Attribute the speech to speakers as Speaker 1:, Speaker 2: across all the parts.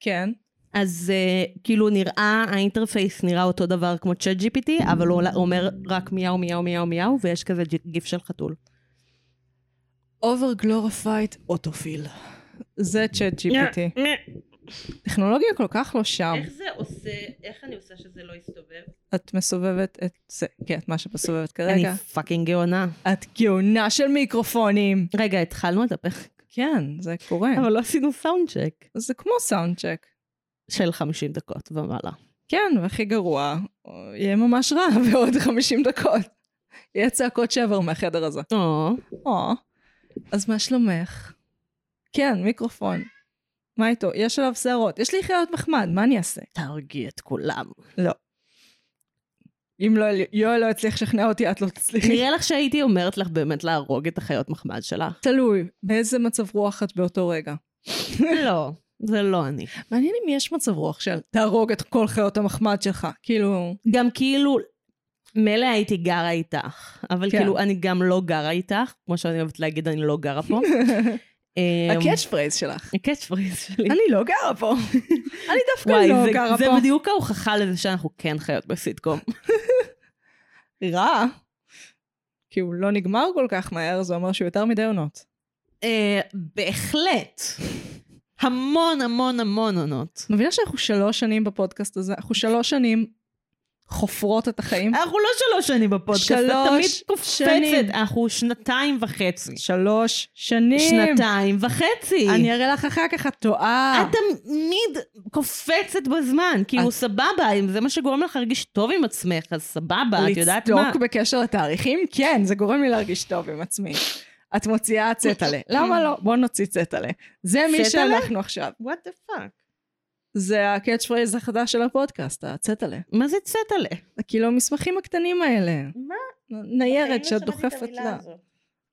Speaker 1: כן.
Speaker 2: אז uh, כאילו נראה, האינטרפייס נראה אותו דבר כמו צ'אט GPT, אבל הוא אומר רק מיהו מיהו מיהו מיהו, ויש כזה גיף של חתול.
Speaker 1: Over glorified אוטופיל. זה צ'אט GPT. טכנולוגיה כל כך לא שם.
Speaker 2: איך זה עושה, איך אני עושה שזה לא יסתובב?
Speaker 1: את מסובבת את זה, כן, את מה שאת מסובבת
Speaker 2: אני
Speaker 1: כרגע.
Speaker 2: פאקינג גאונה.
Speaker 1: את גאונה של מיקרופונים.
Speaker 2: רגע, התחלנו את הפרק,
Speaker 1: כן, זה קורה.
Speaker 2: אבל לא עשינו סאונד צ'ק
Speaker 1: זה כמו סאונד צ'ק.
Speaker 2: של 50 דקות ומעלה.
Speaker 1: כן, והכי גרוע, יהיה ממש רע בעוד 50 דקות. יהיה צעקות שבר מהחדר הזה.
Speaker 2: או,
Speaker 1: או, אז מה שלומך? כן, מיקרופון. מה איתו? יש עליו שערות. יש לי חיות מחמד, מה אני אעשה?
Speaker 2: תרגיע את כולם.
Speaker 1: אם לא, יואל לא יצליח לשכנע אותי, את לא תצליחי.
Speaker 2: נראה לך שהייתי אומרת לך באמת להרוג את החיות מחמד שלך?
Speaker 1: תלוי, באיזה מצב רוח את באותו רגע.
Speaker 2: לא, זה לא אני.
Speaker 1: מעניין אם יש מצב רוח של תהרוג את כל חיות המחמד שלך. כאילו,
Speaker 2: גם כאילו, מילא הייתי גרה איתך, אבל
Speaker 1: כן.
Speaker 2: כאילו אני גם לא גרה איתך, כמו שאני אוהבת להגיד, אני לא גרה פה. אמ,
Speaker 1: הקאץ' פרייז שלך.
Speaker 2: הקאץ' פריז שלי.
Speaker 1: אני לא גרה פה. אני דווקא
Speaker 2: וואי,
Speaker 1: לא
Speaker 2: זה-
Speaker 1: גרה
Speaker 2: זה
Speaker 1: פה.
Speaker 2: בדיוק ההוכחה לזה שאנחנו כן חיות בסיטקום.
Speaker 1: רע. כי הוא לא נגמר כל כך מהר, זה אומר שהוא יותר מדי עונות.
Speaker 2: אה, בהחלט. המון המון המון עונות.
Speaker 1: את מבינה שאנחנו שלוש שנים בפודקאסט הזה? אנחנו שלוש שנים חופרות את החיים?
Speaker 2: אנחנו לא שלוש שנים בפודקאסט, את
Speaker 1: שלוש
Speaker 2: תמיד
Speaker 1: שנים.
Speaker 2: קופצת. אנחנו שנתיים וחצי.
Speaker 1: שלוש שנים.
Speaker 2: שנתיים וחצי.
Speaker 1: אני אראה לך אחר כך, את טועה.
Speaker 2: את תמיד קופצת בזמן, כאילו
Speaker 1: אה. את-
Speaker 2: סבבה, אם זה מה שגורם לך להרגיש טוב עם עצמך, אז סבבה, את יודעת מה?
Speaker 1: לצדוק בקשר לתאריכים? כן, זה גורם לי להרגיש טוב עם עצמי. את מוציאה צטלה. למה לא? בוא נוציא צטלה. זה מי
Speaker 2: צטלה?
Speaker 1: שאנחנו עכשיו.
Speaker 2: וואט דה פאק.
Speaker 1: זה הקאץ' פרייז החדש של הפודקאסט, הצטלה.
Speaker 2: מה זה צטלה?
Speaker 1: כאילו המסמכים הקטנים האלה.
Speaker 2: מה? אוקיי, לא
Speaker 1: ניירת שאת דוחפת לה.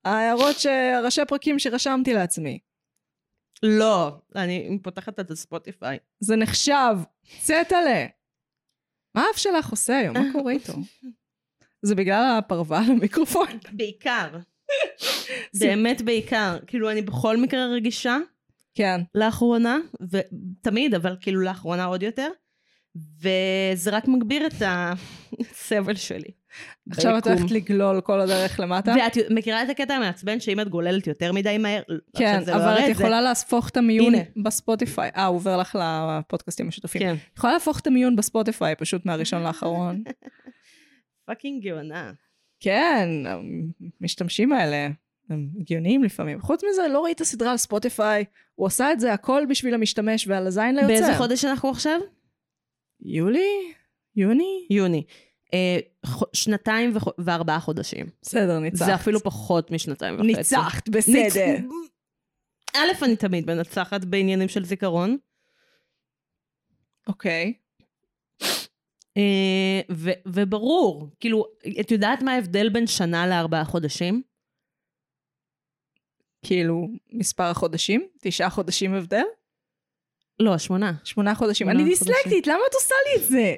Speaker 1: ההערות, ש- ראשי פרקים שרשמתי לעצמי.
Speaker 2: לא, אני פותחת את הספוטיפיי.
Speaker 1: זה נחשב, צטלה. מה האף שלך עושה היום? מה קורה איתו? זה בגלל הפרווה על המיקרופון?
Speaker 2: בעיקר. באמת בעיקר. כאילו, אני בכל מקרה רגישה
Speaker 1: כן.
Speaker 2: לאחרונה, ותמיד, אבל כאילו לאחרונה עוד יותר, וזה רק מגביר את הסבל שלי.
Speaker 1: עכשיו את
Speaker 2: ביקום.
Speaker 1: הולכת לגלול כל הדרך למטה?
Speaker 2: ואת מכירה את הקטע המעצבן שאם את גוללת יותר מדי מהר,
Speaker 1: כן,
Speaker 2: עכשיו זה לא
Speaker 1: אבל
Speaker 2: הרי,
Speaker 1: את
Speaker 2: זה-
Speaker 1: יכולה להפוך את המיון
Speaker 2: הנה.
Speaker 1: בספוטיפיי. אה, עובר לך לפודקאסטים השותפים.
Speaker 2: כן.
Speaker 1: את יכולה להפוך את המיון בספוטיפיי פשוט מהראשון לאחרון.
Speaker 2: פאקינג גאונה.
Speaker 1: כן, המשתמשים האלה, הם הגיוניים לפעמים. חוץ מזה, לא ראית סדרה על ספוטיפיי, הוא עשה את זה הכל בשביל המשתמש ועל הזין ליוצר.
Speaker 2: באיזה חודש אנחנו עכשיו?
Speaker 1: יולי? יוני?
Speaker 2: יוני. אה, ח- שנתיים וח- וארבעה חודשים.
Speaker 1: בסדר, ניצחת.
Speaker 2: זה אפילו פחות משנתיים וחצי.
Speaker 1: ניצחת,
Speaker 2: ניצ-
Speaker 1: בסדר.
Speaker 2: א', אני תמיד מנצחת בעניינים של זיכרון,
Speaker 1: אוקיי.
Speaker 2: אה, ו- וברור, כאילו, את יודעת מה ההבדל בין שנה לארבעה חודשים?
Speaker 1: כאילו, מספר החודשים? תשעה חודשים הבדל?
Speaker 2: לא, שמונה.
Speaker 1: שמונה חודשים.
Speaker 2: שמונה
Speaker 1: אני
Speaker 2: חודשים.
Speaker 1: דיסלקטית, למה את עושה לי את זה?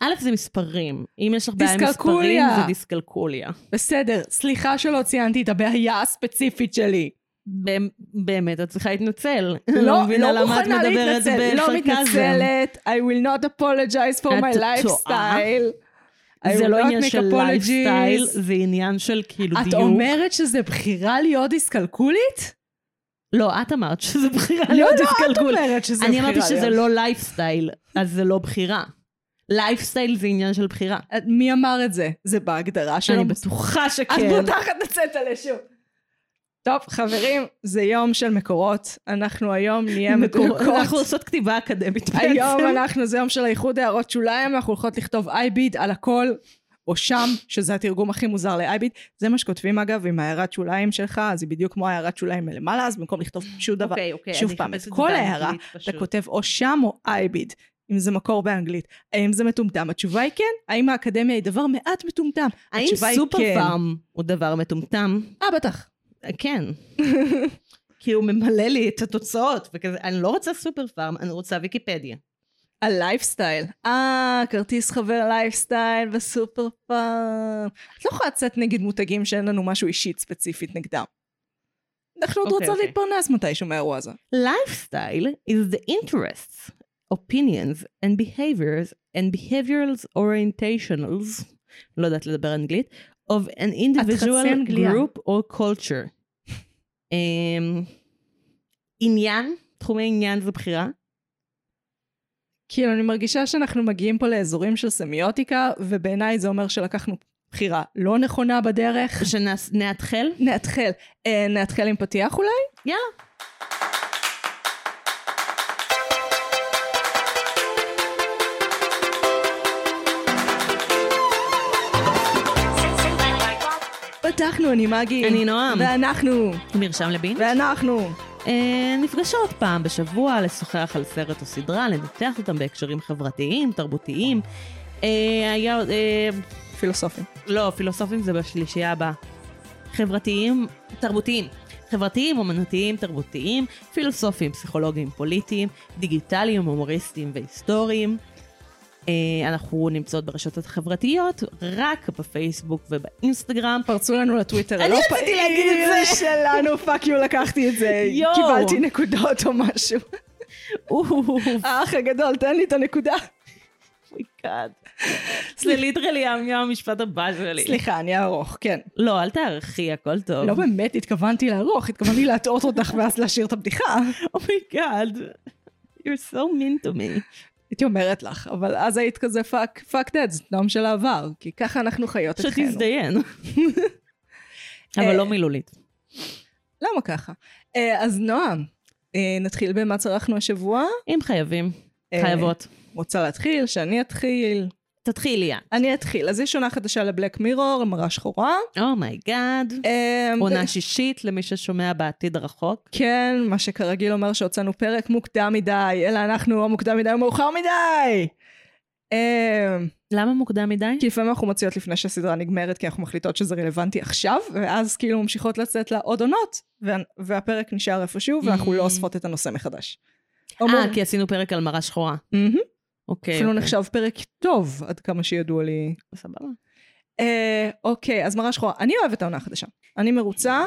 Speaker 2: א', זה מספרים. אם יש לך בעיה עם מספרים,
Speaker 1: דיסקלקוליה.
Speaker 2: זה דיסקלקוליה.
Speaker 1: בסדר, סליחה שלא ציינתי את הבעיה הספציפית שלי.
Speaker 2: באמ- באמת, את צריכה להתנצל.
Speaker 1: לא,
Speaker 2: מבינה
Speaker 1: לא
Speaker 2: למה את
Speaker 1: מוכנה
Speaker 2: מדברת
Speaker 1: להתנצל, לא
Speaker 2: בסרקזם.
Speaker 1: מתנצלת, I will not apologize for
Speaker 2: את
Speaker 1: my
Speaker 2: טועה.
Speaker 1: lifestyle. I
Speaker 2: זה
Speaker 1: will
Speaker 2: לא
Speaker 1: not
Speaker 2: עניין
Speaker 1: make
Speaker 2: של
Speaker 1: apologies.
Speaker 2: לייפסטייל, זה עניין של כאילו
Speaker 1: את
Speaker 2: דיוק.
Speaker 1: אומרת שזה בחירה להיות דיסקלקולית?
Speaker 2: לא, את אמרת שזה בחירה
Speaker 1: לא,
Speaker 2: להיות
Speaker 1: לא, את
Speaker 2: דיסקלקול.
Speaker 1: את אומרת שזה בחירה
Speaker 2: אני אמרתי שזה
Speaker 1: להיות-
Speaker 2: לא לייפסטייל, אז זה לא בחירה. לייפסטייל זה עניין של בחירה.
Speaker 1: את- מי אמר את זה? זה בהגדרה שלו.
Speaker 2: לא- אני כן. בטוחה שכן.
Speaker 1: את פותחת לצאת עליה שוב. טוב, חברים, זה יום של מקורות. אנחנו היום נהיה
Speaker 2: מקור-
Speaker 1: מקורות.
Speaker 2: אנחנו עושות כתיבה אקדמית בעצם.
Speaker 1: היום אנחנו, זה יום של האיחוד הערות שוליים, אנחנו הולכות לכתוב אייביד על הכל, או שם, שזה התרגום הכי מוזר לאייביד. זה מה שכותבים אגב עם הערת שוליים שלך, אז היא בדיוק כמו הערת שוליים מלמעלה, אז במקום לכתוב שום דבר,
Speaker 2: אוקיי, אוקיי.
Speaker 1: שוב
Speaker 2: אני
Speaker 1: פעם, את
Speaker 2: אחפש
Speaker 1: כל
Speaker 2: באנגלית
Speaker 1: ההערה,
Speaker 2: פשוט.
Speaker 1: אתה כותב או שם או אייביד. אם זה מקור באנגלית, האם זה מטומטם? התשובה היא כן. האם האקדמיה היא דבר מעט מטומטם?
Speaker 2: האם
Speaker 1: התשובה היא
Speaker 2: סופר
Speaker 1: כן.
Speaker 2: פארם הוא דבר מטומטם?
Speaker 1: אה, בטח.
Speaker 2: אה, כן. כי הוא ממלא לי את התוצאות, וכזה, אני לא רוצה סופר פארם, אני רוצה ויקיפדיה.
Speaker 1: הלייפסטייל. אה, כרטיס חבר לייפסטייל בסופר פארם. את לא יכולה לצאת נגד מותגים שאין לנו משהו אישית ספציפית נגדם. אנחנו עוד
Speaker 2: אוקיי,
Speaker 1: רוצות
Speaker 2: אוקיי.
Speaker 1: להתפרנס מתישהו מהאירוע הזה.
Speaker 2: Lifestyle is the interests, opinions and behaviors and behavioral orientationals, לא יודעת לדבר אנגלית, of an individual
Speaker 1: תחפשי אנגליה.
Speaker 2: group or culture. אמ, עניין, תחומי עניין זה בחירה.
Speaker 1: כאילו, אני מרגישה שאנחנו מגיעים פה לאזורים של סמיוטיקה, ובעיניי זה אומר שלקחנו בחירה לא נכונה בדרך.
Speaker 2: שנאתחל?
Speaker 1: נאתחל. אה, נאתחל עם פתיח אולי?
Speaker 2: יאללה.
Speaker 1: פתחנו, אני מגי.
Speaker 2: אני נועם.
Speaker 1: ואנחנו,
Speaker 2: מרשם לבין.
Speaker 1: ואנחנו.
Speaker 2: אה, נפגשות פעם בשבוע לשוחח על סרט או סדרה, לנתח אותם בהקשרים חברתיים, תרבותיים. אה, היה... עוד, אה,
Speaker 1: פילוסופים.
Speaker 2: לא, פילוסופים זה בשלישייה הבאה. חברתיים, תרבותיים. חברתיים, אומנותיים, תרבותיים, פילוסופיים, פסיכולוגיים, פוליטיים, דיגיטליים, הומוריסטיים והיסטוריים. אה, אנחנו נמצאות ברשתות החברתיות, רק בפייסבוק ובאינסטגרם.
Speaker 1: פרצו לנו לטוויטר
Speaker 2: אני
Speaker 1: הלא
Speaker 2: רציתי להגיד את
Speaker 1: פעיל
Speaker 2: זה.
Speaker 1: שלנו, פאק יו, לקחתי את זה.
Speaker 2: יואו.
Speaker 1: קיבלתי נקודות או משהו.
Speaker 2: אוף,
Speaker 1: האח הגדול, תן לי את הנקודה.
Speaker 2: מיקאד. זה ליטרלי המשפט הבא שלי.
Speaker 1: סליחה, אני אערוך, כן.
Speaker 2: לא, אל תערכי, הכל טוב.
Speaker 1: לא באמת התכוונתי לערוך, התכוונתי להטעות אותך ואז להשאיר את הבדיחה.
Speaker 2: אומייגאד. Oh You're so mean to me.
Speaker 1: הייתי אומרת לך, אבל אז היית כזה פאק, פאק דאט, זה נועם של העבר, כי ככה אנחנו חיות את חיינו.
Speaker 2: שתזדיין. אבל
Speaker 1: אה,
Speaker 2: לא מילולית.
Speaker 1: למה ככה? אה, אז נועם, אה, נתחיל במה צרכנו השבוע.
Speaker 2: אם חייבים,
Speaker 1: אה,
Speaker 2: חייבות.
Speaker 1: רוצה להתחיל? שאני אתחיל?
Speaker 2: תתחילי, יא.
Speaker 1: אני אתחיל. אז יש עונה חדשה לבלק מירור, מראה שחורה.
Speaker 2: אומייגאד.
Speaker 1: אה,
Speaker 2: Oh עונה שישית למי ששומע בעתיד הרחוק.
Speaker 1: כן, מה שכרגיל אומר שהוצאנו פרק מוקדם מדי, אלא אנחנו או מוקדם מדי או מאוחר מדי! אה,
Speaker 2: למה מוקדם מדי?
Speaker 1: כי לפעמים אנחנו מוציאות לפני שהסדרה נגמרת, כי אנחנו מחליטות שזה רלוונטי עכשיו, ואז כאילו ממשיכות לצאת לה עוד עונות, וה- והפרק נשאר איפשהו, ואנחנו לא
Speaker 2: Mm.
Speaker 1: אוספות את הנושא מחדש.
Speaker 2: אה, כי עשינו פרק על מראה שחורה.
Speaker 1: מהמם.
Speaker 2: אוקיי.
Speaker 1: אפילו
Speaker 2: אוקיי.
Speaker 1: נחשב פרק טוב, עד כמה שידוע לי.
Speaker 2: סבבה.
Speaker 1: אה, אוקיי, אז מראה שחורה. אני אוהבת העונה החדשה. אני מרוצה.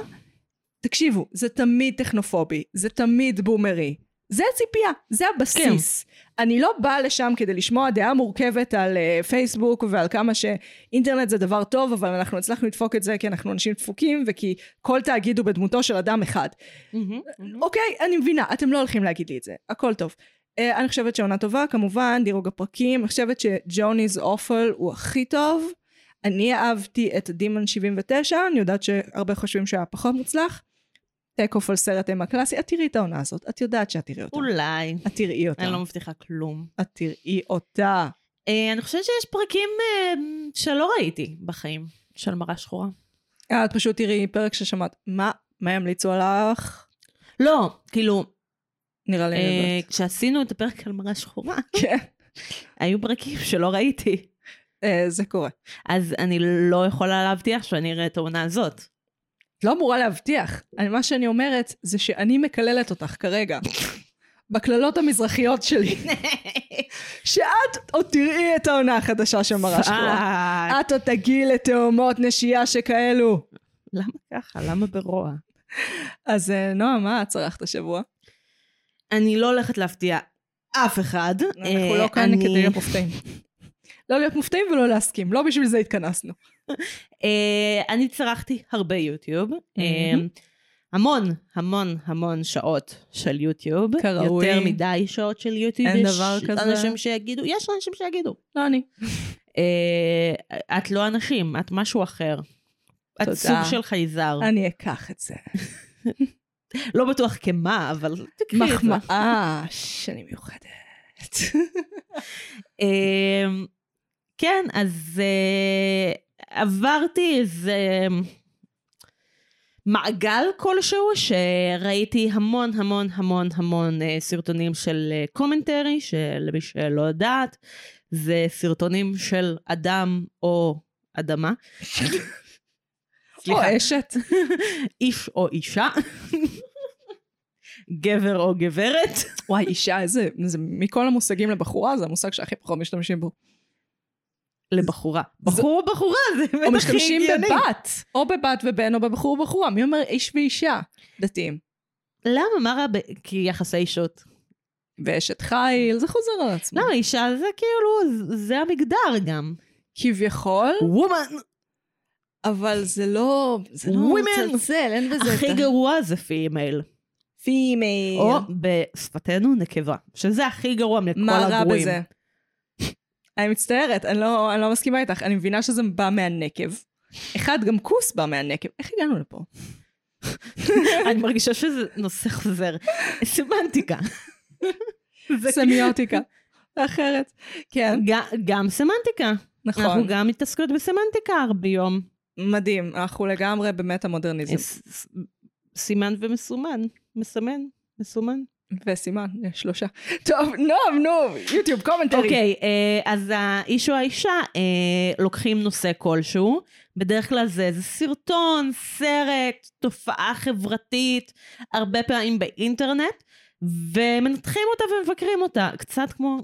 Speaker 1: תקשיבו, זה תמיד טכנופובי, זה תמיד בומרי. זה הציפייה, זה הבסיס. כן. אני לא באה לשם כדי לשמוע דעה מורכבת על uh, פייסבוק ועל כמה שאינטרנט זה דבר טוב, אבל אנחנו הצלחנו לדפוק את זה כי אנחנו אנשים דפוקים וכי כל תאגיד הוא בדמותו של אדם אחד.
Speaker 2: אה,
Speaker 1: אוקיי, אני מבינה, אתם לא הולכים להגיד לי את זה, הכל טוב. אה, אני חושבת שעונה טובה, כמובן, דירוג הפרקים, אני חושבת שג'וני's אופל הוא הכי טוב. אני אהבתי את דימון 79, אני יודעת שהרבה חושבים שהיה פחות מוצלח. טייק אוף על סרט אימה קלאסי, את תראי את העונה הזאת, את יודעת שאת תראי אותה.
Speaker 2: אולי.
Speaker 1: את תראי אותה.
Speaker 2: אני לא מבטיחה כלום.
Speaker 1: את תראי אותה.
Speaker 2: אה, אני חושבת שיש פרקים אה, שלא ראיתי בחיים של מראה שחורה.
Speaker 1: אה, את פשוט תראי פרק ששמעת, מה, מה ימליצו עלייך?
Speaker 2: לא, כאילו,
Speaker 1: נראה לי אני
Speaker 2: אה,
Speaker 1: יודעת.
Speaker 2: כשעשינו את הפרק על מראה שחורה,
Speaker 1: כן,
Speaker 2: היו פרקים שלא ראיתי.
Speaker 1: אה, זה קורה.
Speaker 2: אז אני לא יכולה להבטיח שאני אראה את העונה הזאת.
Speaker 1: את לא אמורה להבטיח. אני, מה שאני אומרת זה שאני מקללת אותך כרגע. בקללות המזרחיות שלי. שאת עוד תראי את העונה החדשה של מראה שחורה.
Speaker 2: פאק.
Speaker 1: את עוד תגיעי לתאומות נשייה שכאלו.
Speaker 2: למה ככה? למה ברוע?
Speaker 1: אז אה, נועה, מה את צרכת השבוע?
Speaker 2: אה, אני לא הולכת להפתיע אף אחד.
Speaker 1: אנחנו
Speaker 2: אה,
Speaker 1: לא כאן
Speaker 2: אני-
Speaker 1: כדי להיות מופתעים. לא להיות מופתעים ולא להסכים, לא בשביל זה התכנסנו.
Speaker 2: אה, אני צרכתי הרבה יוטיוב. אה,
Speaker 1: מהמם.
Speaker 2: המון, המון, המון שעות של יוטיוב.
Speaker 1: כראוי.
Speaker 2: יותר מדי שעות של יוטיוב.
Speaker 1: אין
Speaker 2: יש
Speaker 1: דבר כזה.
Speaker 2: אנשים שיגידו, יש אנשים שיגידו.
Speaker 1: לא אני.
Speaker 2: אה, את לא אנשים, את משהו אחר. את
Speaker 1: תודה.
Speaker 2: סוג של חייזר.
Speaker 1: אני אקח את זה.
Speaker 2: לא בטוח כמה, אבל תקחי את זה.
Speaker 1: מחמאה שאני מיוחדת.
Speaker 2: אמ, כן, אז אה, עברתי איזה מעגל כלשהו, שראיתי המון המון המון המון אה, סרטונים של אה, קומנטרי, שלמי שלא יודעת, זה סרטונים של אדם או אדמה.
Speaker 1: או
Speaker 2: סליחה,
Speaker 1: אשת.
Speaker 2: איש או אישה. גבר או גברת.
Speaker 1: וואי, אישה, איזה, זה מכל המושגים לבחורה, זה המושג שהכי פחות משתמשים בו.
Speaker 2: לבחורה. בחור או בחורה, זה בטח
Speaker 1: או
Speaker 2: הכי
Speaker 1: משתמשים
Speaker 2: הגיוני.
Speaker 1: בבת, או בבת ובן, או בבחור ובחורה. מי אומר איש ואישה? דתיים.
Speaker 2: למה? מה רע ב... כי יחסי אישות.
Speaker 1: ואשת חיל, זה חוזר על עצמו.
Speaker 2: למה? אישה זה כאילו, זה- זה המגדר גם.
Speaker 1: כביכול,
Speaker 2: וומן!
Speaker 1: אבל זה לא... זה לא
Speaker 2: Women.
Speaker 1: מצלצל, אין בזה...
Speaker 2: הכי גרוע זה פימייל.
Speaker 1: פימייל.
Speaker 2: או בשפתנו נקבה. שזה הכי גרוע מכל
Speaker 1: מה רע
Speaker 2: הגרועים.
Speaker 1: בזה? אני מצטערת, אני לא, אני לא מסכימה איתך. אני מבינה שזה בא מהנקב. אחד, גם כוס בא מהנקב. איך הגענו לפה?
Speaker 2: אני מרגישה שזה נושא חוזר. סמנטיקה. זה-
Speaker 1: סמיוטיקה. אחרת. כן,
Speaker 2: ג- גם סמנטיקה.
Speaker 1: נכון.
Speaker 2: אנחנו גם מתעסקות בסמנטיקה הרבה יום.
Speaker 1: מדהים, אנחנו לגמרי באמת המודרניזם.
Speaker 2: ס- ס- סימן ומסומן. מסמן. מסומן.
Speaker 1: וסימן, יש שלושה. טוב, נועם, נו, יוטיוב קומנטרי.
Speaker 2: אוקיי, אה, אז האיש או האישה אה, לוקחים נושא כלשהו, בדרך כלל זה איזה סרטון, סרט, תופעה חברתית, הרבה פעמים באינטרנט, ומנתחים אותה ומבקרים אותה, קצת כמו,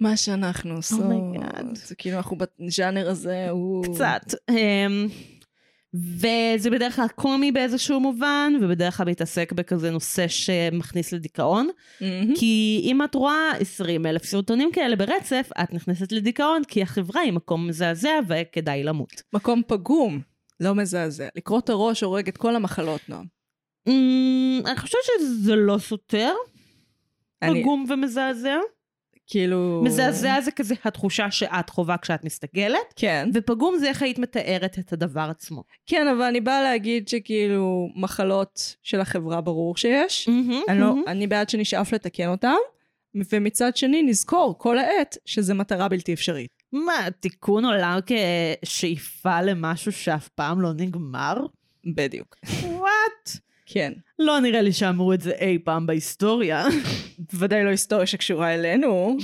Speaker 1: מה שאנחנו עושות.
Speaker 2: Oh God.
Speaker 1: זה כאילו אנחנו בז'אנר הזה, הוא...
Speaker 2: קצת. אמ, וזה בדרך כלל קומי באיזשהו מובן, ובדרך כלל מתעסק בכזה נושא שמכניס לדיכאון.
Speaker 1: מהמם.
Speaker 2: כי אם את רואה 20 אלף סרטונים כאלה ברצף, את נכנסת לדיכאון, כי החברה היא מקום מזעזע וכדאי למות.
Speaker 1: מקום פגום, לא מזעזע. לקרוא את הראש הורג את כל המחלות, נועם.
Speaker 2: אמ, אני חושבת שזה לא סותר,
Speaker 1: אני-
Speaker 2: פגום ומזעזע.
Speaker 1: כאילו...
Speaker 2: מזעזע זה כזה התחושה שאת חווה כשאת מסתגלת,
Speaker 1: כן.
Speaker 2: ופגום זה איך היית מתארת את הדבר עצמו.
Speaker 1: כן, אבל אני באה להגיד שכאילו מחלות של החברה ברור שיש. אני, לא, אני בעד שנשאף לתקן אותם, ומצד שני נזכור כל העת שזה מטרה בלתי אפשרית.
Speaker 2: מה, תיקון עולם כשאיפה למשהו שאף פעם לא נגמר?
Speaker 1: בדיוק.
Speaker 2: וואט?
Speaker 1: כן.
Speaker 2: לא נראה לי שאמרו את זה אי פעם בהיסטוריה.
Speaker 1: בוודאי לא היסטוריה שקשורה אלינו.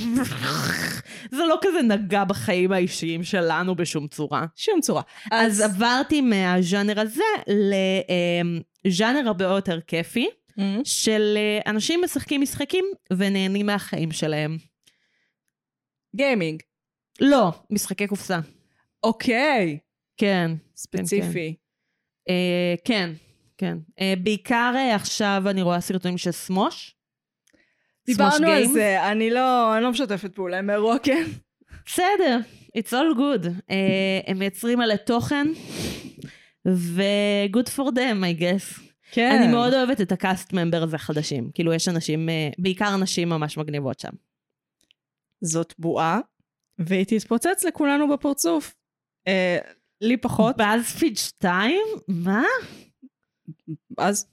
Speaker 2: זה לא כזה נגע בחיים האישיים שלנו בשום צורה.
Speaker 1: שום צורה.
Speaker 2: אז עברתי מהז'אנר הזה לז'אנר הרבה יותר כיפי,
Speaker 1: מהמם.
Speaker 2: של אה, אנשים משחקים משחקים ונהנים מהחיים שלהם.
Speaker 1: גיימינג.
Speaker 2: לא, משחקי קופסה.
Speaker 1: אוקיי.
Speaker 2: כן.
Speaker 1: ספציפי.
Speaker 2: אה, כן, כן. אה, בעיקר אה, עכשיו אני רואה סרטונים של סמוש.
Speaker 1: דיברנו
Speaker 2: סמוש
Speaker 1: על
Speaker 2: גיים.
Speaker 1: זה, אני לא, אני לא משתפת פעולה עם אירוע, כן.
Speaker 2: בסדר, it's all good. אה, הם מייצרים עלי תוכן, ו-good for them, I guess.
Speaker 1: כן.
Speaker 2: אני מאוד אוהבת את הקאסט ממברס החדשים. כאילו, יש אנשים, אה, בעיקר נשים ממש מגניבות שם.
Speaker 1: זאת בועה, והיא תתפוצץ לכולנו בפרצוף. אה, לי פחות.
Speaker 2: באזפיד 2? מה?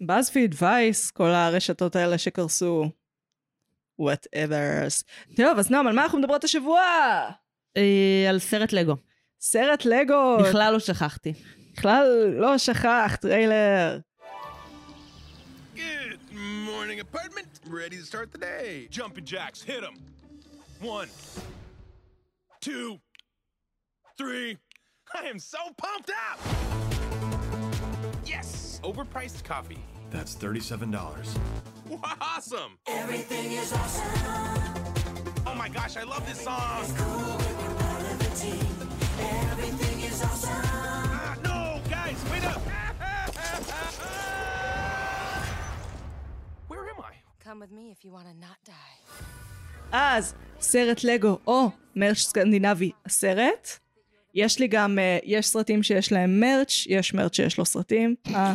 Speaker 1: באזפיד, וייס, כל הרשתות האלה שקרסו. וואטאברס. טוב, אז נועם, על מה אנחנו מדברות השבוע?
Speaker 2: אה, על סרט לגו.
Speaker 1: סרט לגו.
Speaker 2: בכלל לא שכחתי.
Speaker 1: בכלל לא שכח, טריילר.
Speaker 3: Good morning, apartment. Ready to start the day.
Speaker 4: Jumping jacks, hit them. One, two, three.
Speaker 3: I am so pumped up! Yes! Overpriced coffee.
Speaker 4: That's $37.
Speaker 3: Wow, awesome! Everything is awesome! Oh my gosh, I love this song! It's cool when we're part of the team. Everything is awesome! Ah, no, guys, wait up! Where am I?
Speaker 5: Come with me if you want to not die.
Speaker 1: אז, סרט לגו או מרץ' סקנדינבי, הסרט. יש לי גם, אה, יש סרטים שיש להם מרץ', יש מרץ' שיש לו סרטים. אה.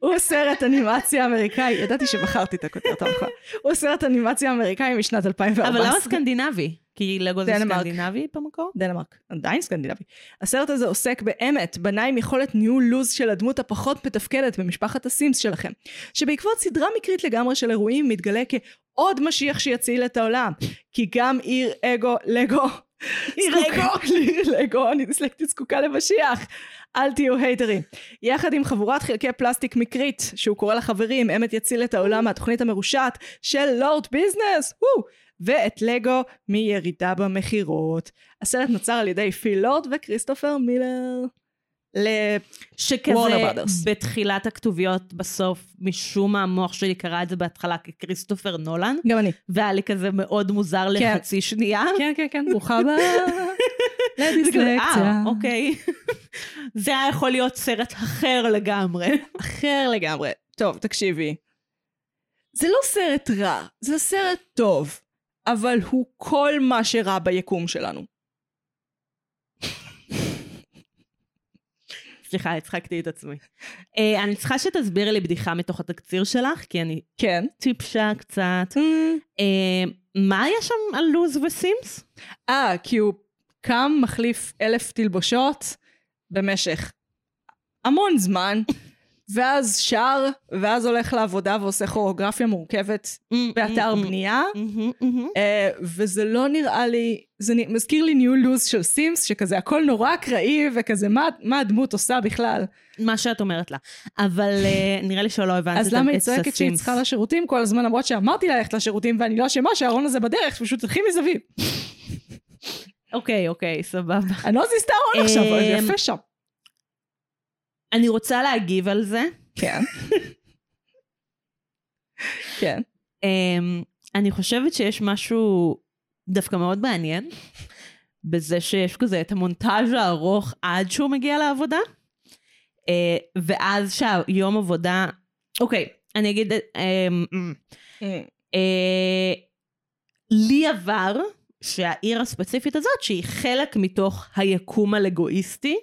Speaker 1: הוא סרט אנימציה אמריקאי, ידעתי שבחרתי את הכותרת המחאה. הוא סרט אנימציה אמריקאי משנת 2014.
Speaker 2: אבל למה סקנדינבי? כי לגו זה
Speaker 1: דנמרק.
Speaker 2: סקנדינבי במקור?
Speaker 1: דנמרק, עדיין סקנדינבי. הסרט הזה עוסק באמת, בנה עם יכולת ניהול לוז של הדמות הפחות מתפקדת במשפחת הסימס שלכם, שבעקבות סדרה מקרית לגמרי של אירועים מתגלה כעוד משיח שיציל את העולם, כי גם עיר אגו, לגו, זקוקה- עיר לגו, אני דיסלקטית זקוקה למשיח. אל תהיו הייטרים. יחד עם חבורת חלקי פלסטיק מקרית, שהוא קורא לחברים, אמת יציל את העולם מהתוכנית המרושעת של לורד ביזנס, וואו, ואת לגו מירידה במכירות. הסרט נוצר על ידי פיל לורד וכריסטופר מילר. ל...
Speaker 2: שכזה
Speaker 1: כן, Warner Brothers.
Speaker 2: בתחילת הכתוביות בסוף, משום מה המוח שלי קרא את זה בהתחלה ככריסטופר נולן,
Speaker 1: גם אני.
Speaker 2: והיה לי כזה מאוד מוזר
Speaker 1: כן.
Speaker 2: לחצי שנייה.
Speaker 1: כן, כן, כן, ברוכה הבאה.
Speaker 2: אה,
Speaker 1: לדיסלקציה.
Speaker 2: אוקיי. זה היה יכול להיות סרט אחר לגמרי.
Speaker 1: אחר לגמרי. טוב, תקשיבי. זה לא סרט רע, זה סרט טוב, אבל הוא כל מה שרע ביקום שלנו.
Speaker 2: סליחה, הצחקתי את עצמי. אה, אני צריכה שתסבירי לי בדיחה מתוך התקציר שלך, כי אני
Speaker 1: כן.
Speaker 2: טיפשה קצת.
Speaker 1: Mm.
Speaker 2: אה, מה היה שם על לוז וסימס?
Speaker 1: אה, כי הוא קם, מחליף אלף תלבושות במשך המון זמן, ואז שר, ואז הולך לעבודה ועושה כוריאוגרפיה מורכבת באתר בנייה,
Speaker 2: מהמם, מהמם.
Speaker 1: אה, וזה לא נראה לי, זה נ- מזכיר לי ניהול לוז של סימס, שכזה הכל נורא אקראי, וכזה מה, מה הדמות עושה בכלל.
Speaker 2: מה שאת אומרת לה. אבל אה, נראה לי שלא הבנת את
Speaker 1: אז למה היא
Speaker 2: את
Speaker 1: צועקת שהיא
Speaker 2: הסימס.
Speaker 1: צריכה לשירותים כל הזמן, למרות שאמרתי לה ללכת לשירותים, ואני לא אשמה שהארון הזה בדרך, פשוט תלכי מסביב.
Speaker 2: אוקיי, אוקיי, סבבה.
Speaker 1: אני לא זיז את הארון עכשיו, אבל זה
Speaker 2: אמ,
Speaker 1: יפה שם.
Speaker 2: אני רוצה להגיב על זה.
Speaker 1: כן. כן.
Speaker 2: אמ, אני חושבת שיש משהו דווקא מאוד מעניין בזה שיש כזה את המונטאז' הארוך עד שהוא מגיע לעבודה, אה, ואז שהיום עבודה... אוקיי, אני אגיד... אמ, אה, לי עבר שהעיר הספציפית הזאת, שהיא חלק מתוך היקום הלגואיסטי,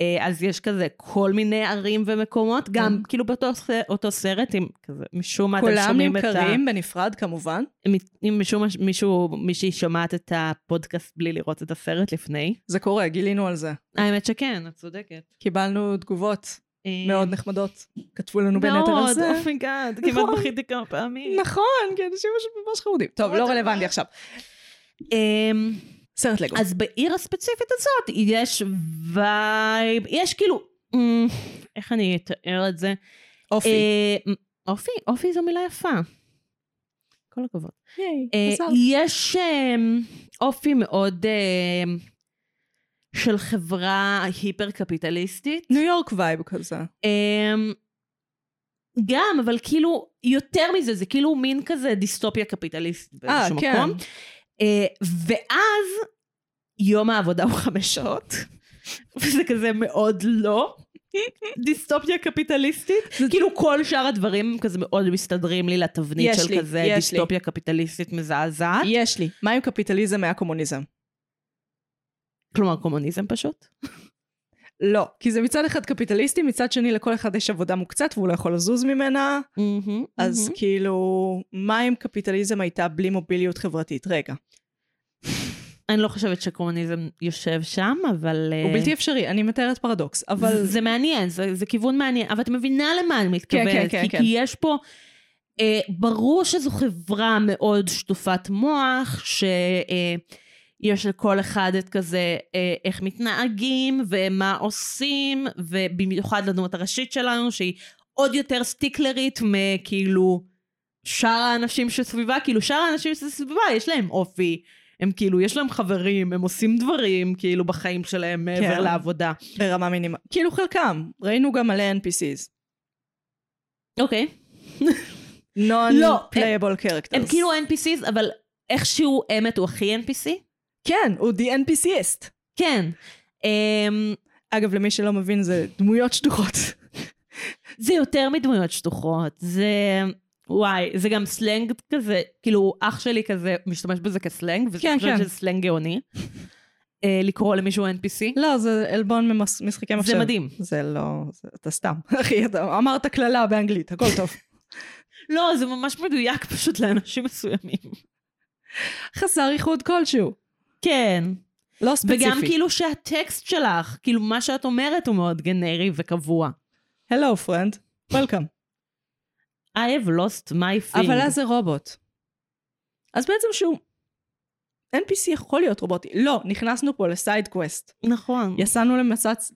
Speaker 2: אה, אז יש כזה כל מיני ערים ומקומות, גם
Speaker 1: כן.
Speaker 2: כאילו באותו ס- אותו סרט, עם כזה, משום מה אתם
Speaker 1: כולם
Speaker 2: שומעים את ה...
Speaker 1: נמכרים בנפרד כמובן.
Speaker 2: אם- אם משום מה- מישהו, מישהי שומעת את הפודקאסט בלי לראות את הסרט לפני,
Speaker 1: זה קורה, גילינו על זה.
Speaker 2: האמת שכן, את צודקת.
Speaker 1: קיבלנו תגובות
Speaker 2: אה,
Speaker 1: מאוד נחמדות. כתבו לנו בין היתר על
Speaker 2: מאוד,
Speaker 1: זה.
Speaker 2: אופייגאד, כמעט
Speaker 1: נכון.
Speaker 2: בכיתי כמה פעמים.
Speaker 1: נכון, כי אנשים פשוט ממש חמודים. טוב, לא רלוונטי עכשיו.
Speaker 2: אמ,
Speaker 1: סרט לגו.
Speaker 2: אז בעיר הספציפית הזאת יש וייב, יש כאילו, אמ, איך אני אתאר את זה?
Speaker 1: אופי.
Speaker 2: אמ, אופי, אופי זו מילה יפה. כל הכבוד. אה,
Speaker 1: מזל.
Speaker 2: יש אה, אופי מאוד אה, של חברה היפר-קפיטליסטית.
Speaker 1: ניו יורק וייב כזה.
Speaker 2: אה, גם, אבל כאילו, יותר מזה, זה כאילו מין כזה דיסטופיה קפיטליסטית
Speaker 1: אה,
Speaker 2: באיזשהו
Speaker 1: כן.
Speaker 2: מקום. אה, ואז יום העבודה הוא חמש שעות, וזה כזה מאוד לא. דיסטופיה קפיטליסטית, כאילו כל שאר הדברים כזה מאוד מסתדרים לי לתבנית
Speaker 1: יש
Speaker 2: של
Speaker 1: לי,
Speaker 2: כזה
Speaker 1: יש לי.
Speaker 2: דיסטופיה קפיטליסטית מזעזעת.
Speaker 1: יש לי. מה עם קפיטליזם היה קומוניזם?
Speaker 2: כלומר קומוניזם פשוט.
Speaker 1: לא. כי זה מצד אחד קפיטליסטי, מצד שני לכל אחד יש עבודה מוקצת והוא לא יכול לזוז ממנה. אז
Speaker 2: אז
Speaker 1: כאילו, מה אם קפיטליזם הייתה בלי מוביליות חברתית? רגע.
Speaker 2: אני לא חושבת שקומוניזם יושב שם, אבל...
Speaker 1: הוא
Speaker 2: אה,
Speaker 1: בלתי אפשרי, אני מתארת פרדוקס, אבל...
Speaker 2: זה מעניין, זה, זה כיוון מעניין, אבל את מבינה למה אני מתכוונת,
Speaker 1: כן, כן,
Speaker 2: כי,
Speaker 1: כן.
Speaker 2: כי יש פה, אה, ברור שזו חברה מאוד שטופת מוח, ש... אה, יש לכל אחד את כזה אה, איך מתנהגים ומה עושים ובמיוחד לדמות הראשית שלנו שהיא עוד יותר סטיקלרית מכאילו שאר האנשים שסביבה כאילו שאר האנשים שסביבה יש להם אופי הם כאילו יש להם חברים הם עושים דברים כאילו בחיים שלהם מעבר
Speaker 1: כן.
Speaker 2: לעבודה.
Speaker 1: ברמה מינימלית. כאילו חלקם, ראינו גם מלא NPCs.
Speaker 2: אוקיי. לא,
Speaker 1: Non-playable characters.
Speaker 2: הם כאילו NPCs, אבל איכשהו אמת הוא הכי NPC?
Speaker 1: כן, הוא the NPCist.
Speaker 2: כן. אמ,
Speaker 1: אגב, למי שלא מבין, זה דמויות שטוחות.
Speaker 2: זה יותר מדמויות שטוחות, זה... וואי, זה גם סלנג כזה, כאילו אח שלי כזה משתמש בזה כסלנג, וזה
Speaker 1: כן,
Speaker 2: אני חושבת
Speaker 1: כן.
Speaker 2: שזה סלנג גאוני. אה, לקרוא למישהו NPC.
Speaker 1: לא, זה עלבון ממשחקי מחשב.
Speaker 2: זה מדהים.
Speaker 1: זה לא... זה- אתה סתם. אחי, אתה אמרת קללה באנגלית, הכל טוב.
Speaker 2: לא, זה ממש מדויק פשוט לאנשים מסוימים.
Speaker 1: חסר ייחוד כלשהו.
Speaker 2: כן.
Speaker 1: לא ספציפי.
Speaker 2: וגם כאילו שהטקסט שלך, כאילו מה שאת אומרת הוא מאוד גנרי וקבוע.
Speaker 1: Hello, friend. Welcome.
Speaker 2: I have lost my thing.
Speaker 1: אבל אז זה רובוט. אז בעצם שהוא... NPC יכול להיות רובוטי. לא, נכנסנו פה לסייד קווסט.
Speaker 2: נכון.
Speaker 1: יצאנו למסע... צ-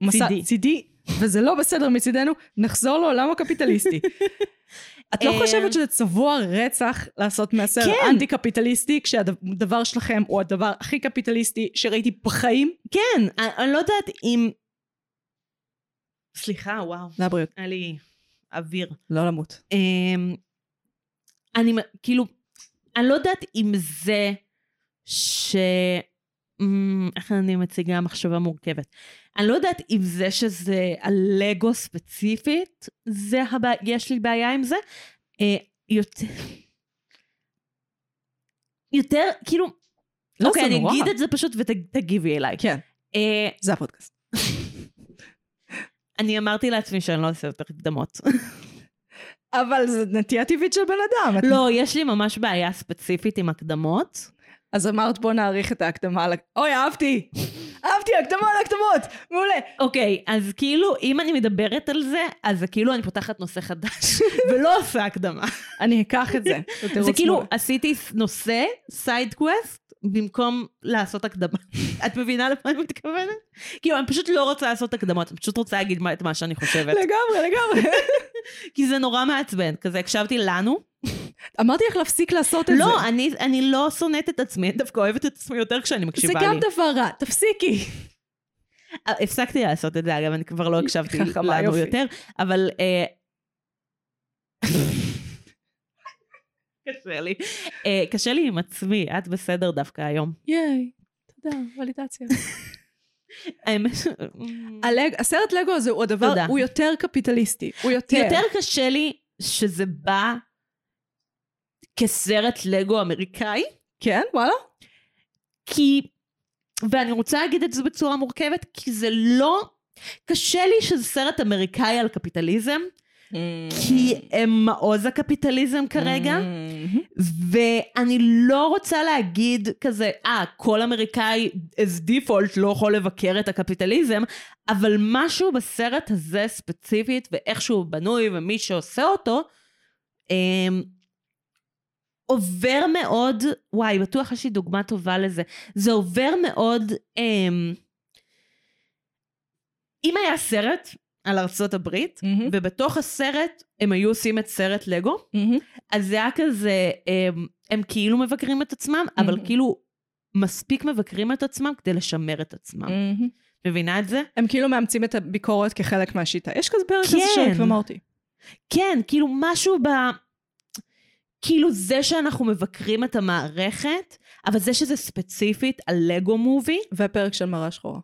Speaker 1: מסע
Speaker 2: צידי.
Speaker 1: צידי, וזה לא בסדר מצידנו, נחזור לעולם הקפיטליסטי. את לא
Speaker 2: אה,
Speaker 1: חושבת שזה צבוע רצח לעשות מעשר
Speaker 2: כן.
Speaker 1: אנטי-קפיטליסטי, כשהדבר שלכם הוא הדבר הכי קפיטליסטי שראיתי בחיים?
Speaker 2: כן, אני, אני לא יודעת אם... סליחה, וואו,
Speaker 1: לבריאות.
Speaker 2: היה לי אוויר.
Speaker 1: לא למות.
Speaker 2: אמ, אני מ- כאילו, אני לא יודעת אם זה ש... אמ, איך אני מציגה מחשבה מורכבת. אני לא יודעת אם זה שזה הלגו ספציפית, זה הבע... יש לי בעיה עם זה. אה, יותר... יותר, כאילו...
Speaker 1: לא,
Speaker 2: אוקיי,
Speaker 1: זה
Speaker 2: אני
Speaker 1: נורא.
Speaker 2: אגיד את זה פשוט ותגיבי אליי.
Speaker 1: כן,
Speaker 2: אה,
Speaker 1: זה הפודקאסט.
Speaker 2: אני אמרתי לעצמי שאני לא עושה יותר הקדמות.
Speaker 1: אבל זו נטייה טבעית של בן אדם. את-
Speaker 2: לא, יש לי ממש בעיה ספציפית עם הקדמות.
Speaker 1: אז אמרת בוא נעריך את ההקדמה על... ה- אוי, אהבתי! אהבתי, הקדמה על הקדמות! מעולה!
Speaker 2: אוקיי, אז כאילו, אם אני מדברת על זה, אז זה כאילו אני פותחת נושא חדש, ולא עושה הקדמה.
Speaker 1: אני אקח את זה.
Speaker 2: זה
Speaker 1: תירוץ
Speaker 2: כאילו,
Speaker 1: מעולה.
Speaker 2: עשיתי נושא, סייד קווסט, במקום לעשות הקדמה. את מבינה למה אני מתכוונת? כאילו, אני פשוט לא רוצה לעשות הקדמות, אני פשוט רוצה להגיד מה- את מה שאני חושבת.
Speaker 1: לגמרי, לגמרי.
Speaker 2: כי זה נורא מעצבן, כזה הקשבתי לנו.
Speaker 1: אמרתי לך להפסיק לעשות את זה.
Speaker 2: לא, אני- אני לא שונאת את עצמי, אני דווקא אוהבת את עצמי יותר כשאני
Speaker 1: זה
Speaker 2: מקשיבה לי.
Speaker 1: גם דבר רע, תפסיקי.
Speaker 2: אה, הפסקתי לעשות את זה, אגב, אני כבר לא הקשבתי
Speaker 1: חכמה,
Speaker 2: לנו
Speaker 1: יופי.
Speaker 2: יותר, אבל... אה, קשה לי. אה, קשה לי עם עצמי, את בסדר דווקא היום.
Speaker 1: ייי, תודה, ולידציה.
Speaker 2: האמת... אה,
Speaker 1: הסרט לגו הזה הוא הדבר,
Speaker 2: תודה.
Speaker 1: הוא יותר קפיטליסטי. הוא יותר.
Speaker 2: יותר קשה לי שזה בא כסרט לגו אמריקאי,
Speaker 1: כן, וואלה.
Speaker 2: כי... ואני רוצה להגיד את זה בצורה מורכבת, כי זה לא... קשה לי שזה סרט אמריקאי על קפיטליזם, כי הם מעוז הקפיטליזם כרגע.
Speaker 1: Mm. Mm-hmm.
Speaker 2: ואני לא רוצה להגיד כזה, אה, כל אמריקאי as default לא יכול לבקר את הקפיטליזם, אבל משהו בסרט הזה ספציפית, ואיך שהוא בנוי ומי שעושה אותו, אמ, עובר מאוד, וואי, בטוח יש לי דוגמה טובה לזה, זה עובר מאוד, אמ, אם היה סרט על ארצות הברית,
Speaker 1: מהמם.
Speaker 2: ובתוך הסרט הם היו עושים את סרט לגו,
Speaker 1: מהמם.
Speaker 2: אז זה היה כזה, הם, הם כאילו מבקרים את עצמם, אבל
Speaker 1: Mhm.
Speaker 2: כאילו מספיק מבקרים את עצמם כדי לשמר את עצמם.
Speaker 1: מהמם.
Speaker 2: מבינה את זה?
Speaker 1: Mm-hmm. הם כאילו מאמצים את הביקורת כחלק מהשיטה. יש כזה פרק כזה של
Speaker 2: כן.
Speaker 1: ריקווי מורטי.
Speaker 2: כן, כאילו משהו ב... כאילו זה שאנחנו מבקרים את המערכת, אבל זה שזה ספציפית על לגו מובי,
Speaker 1: והפרק של מראה שחורה.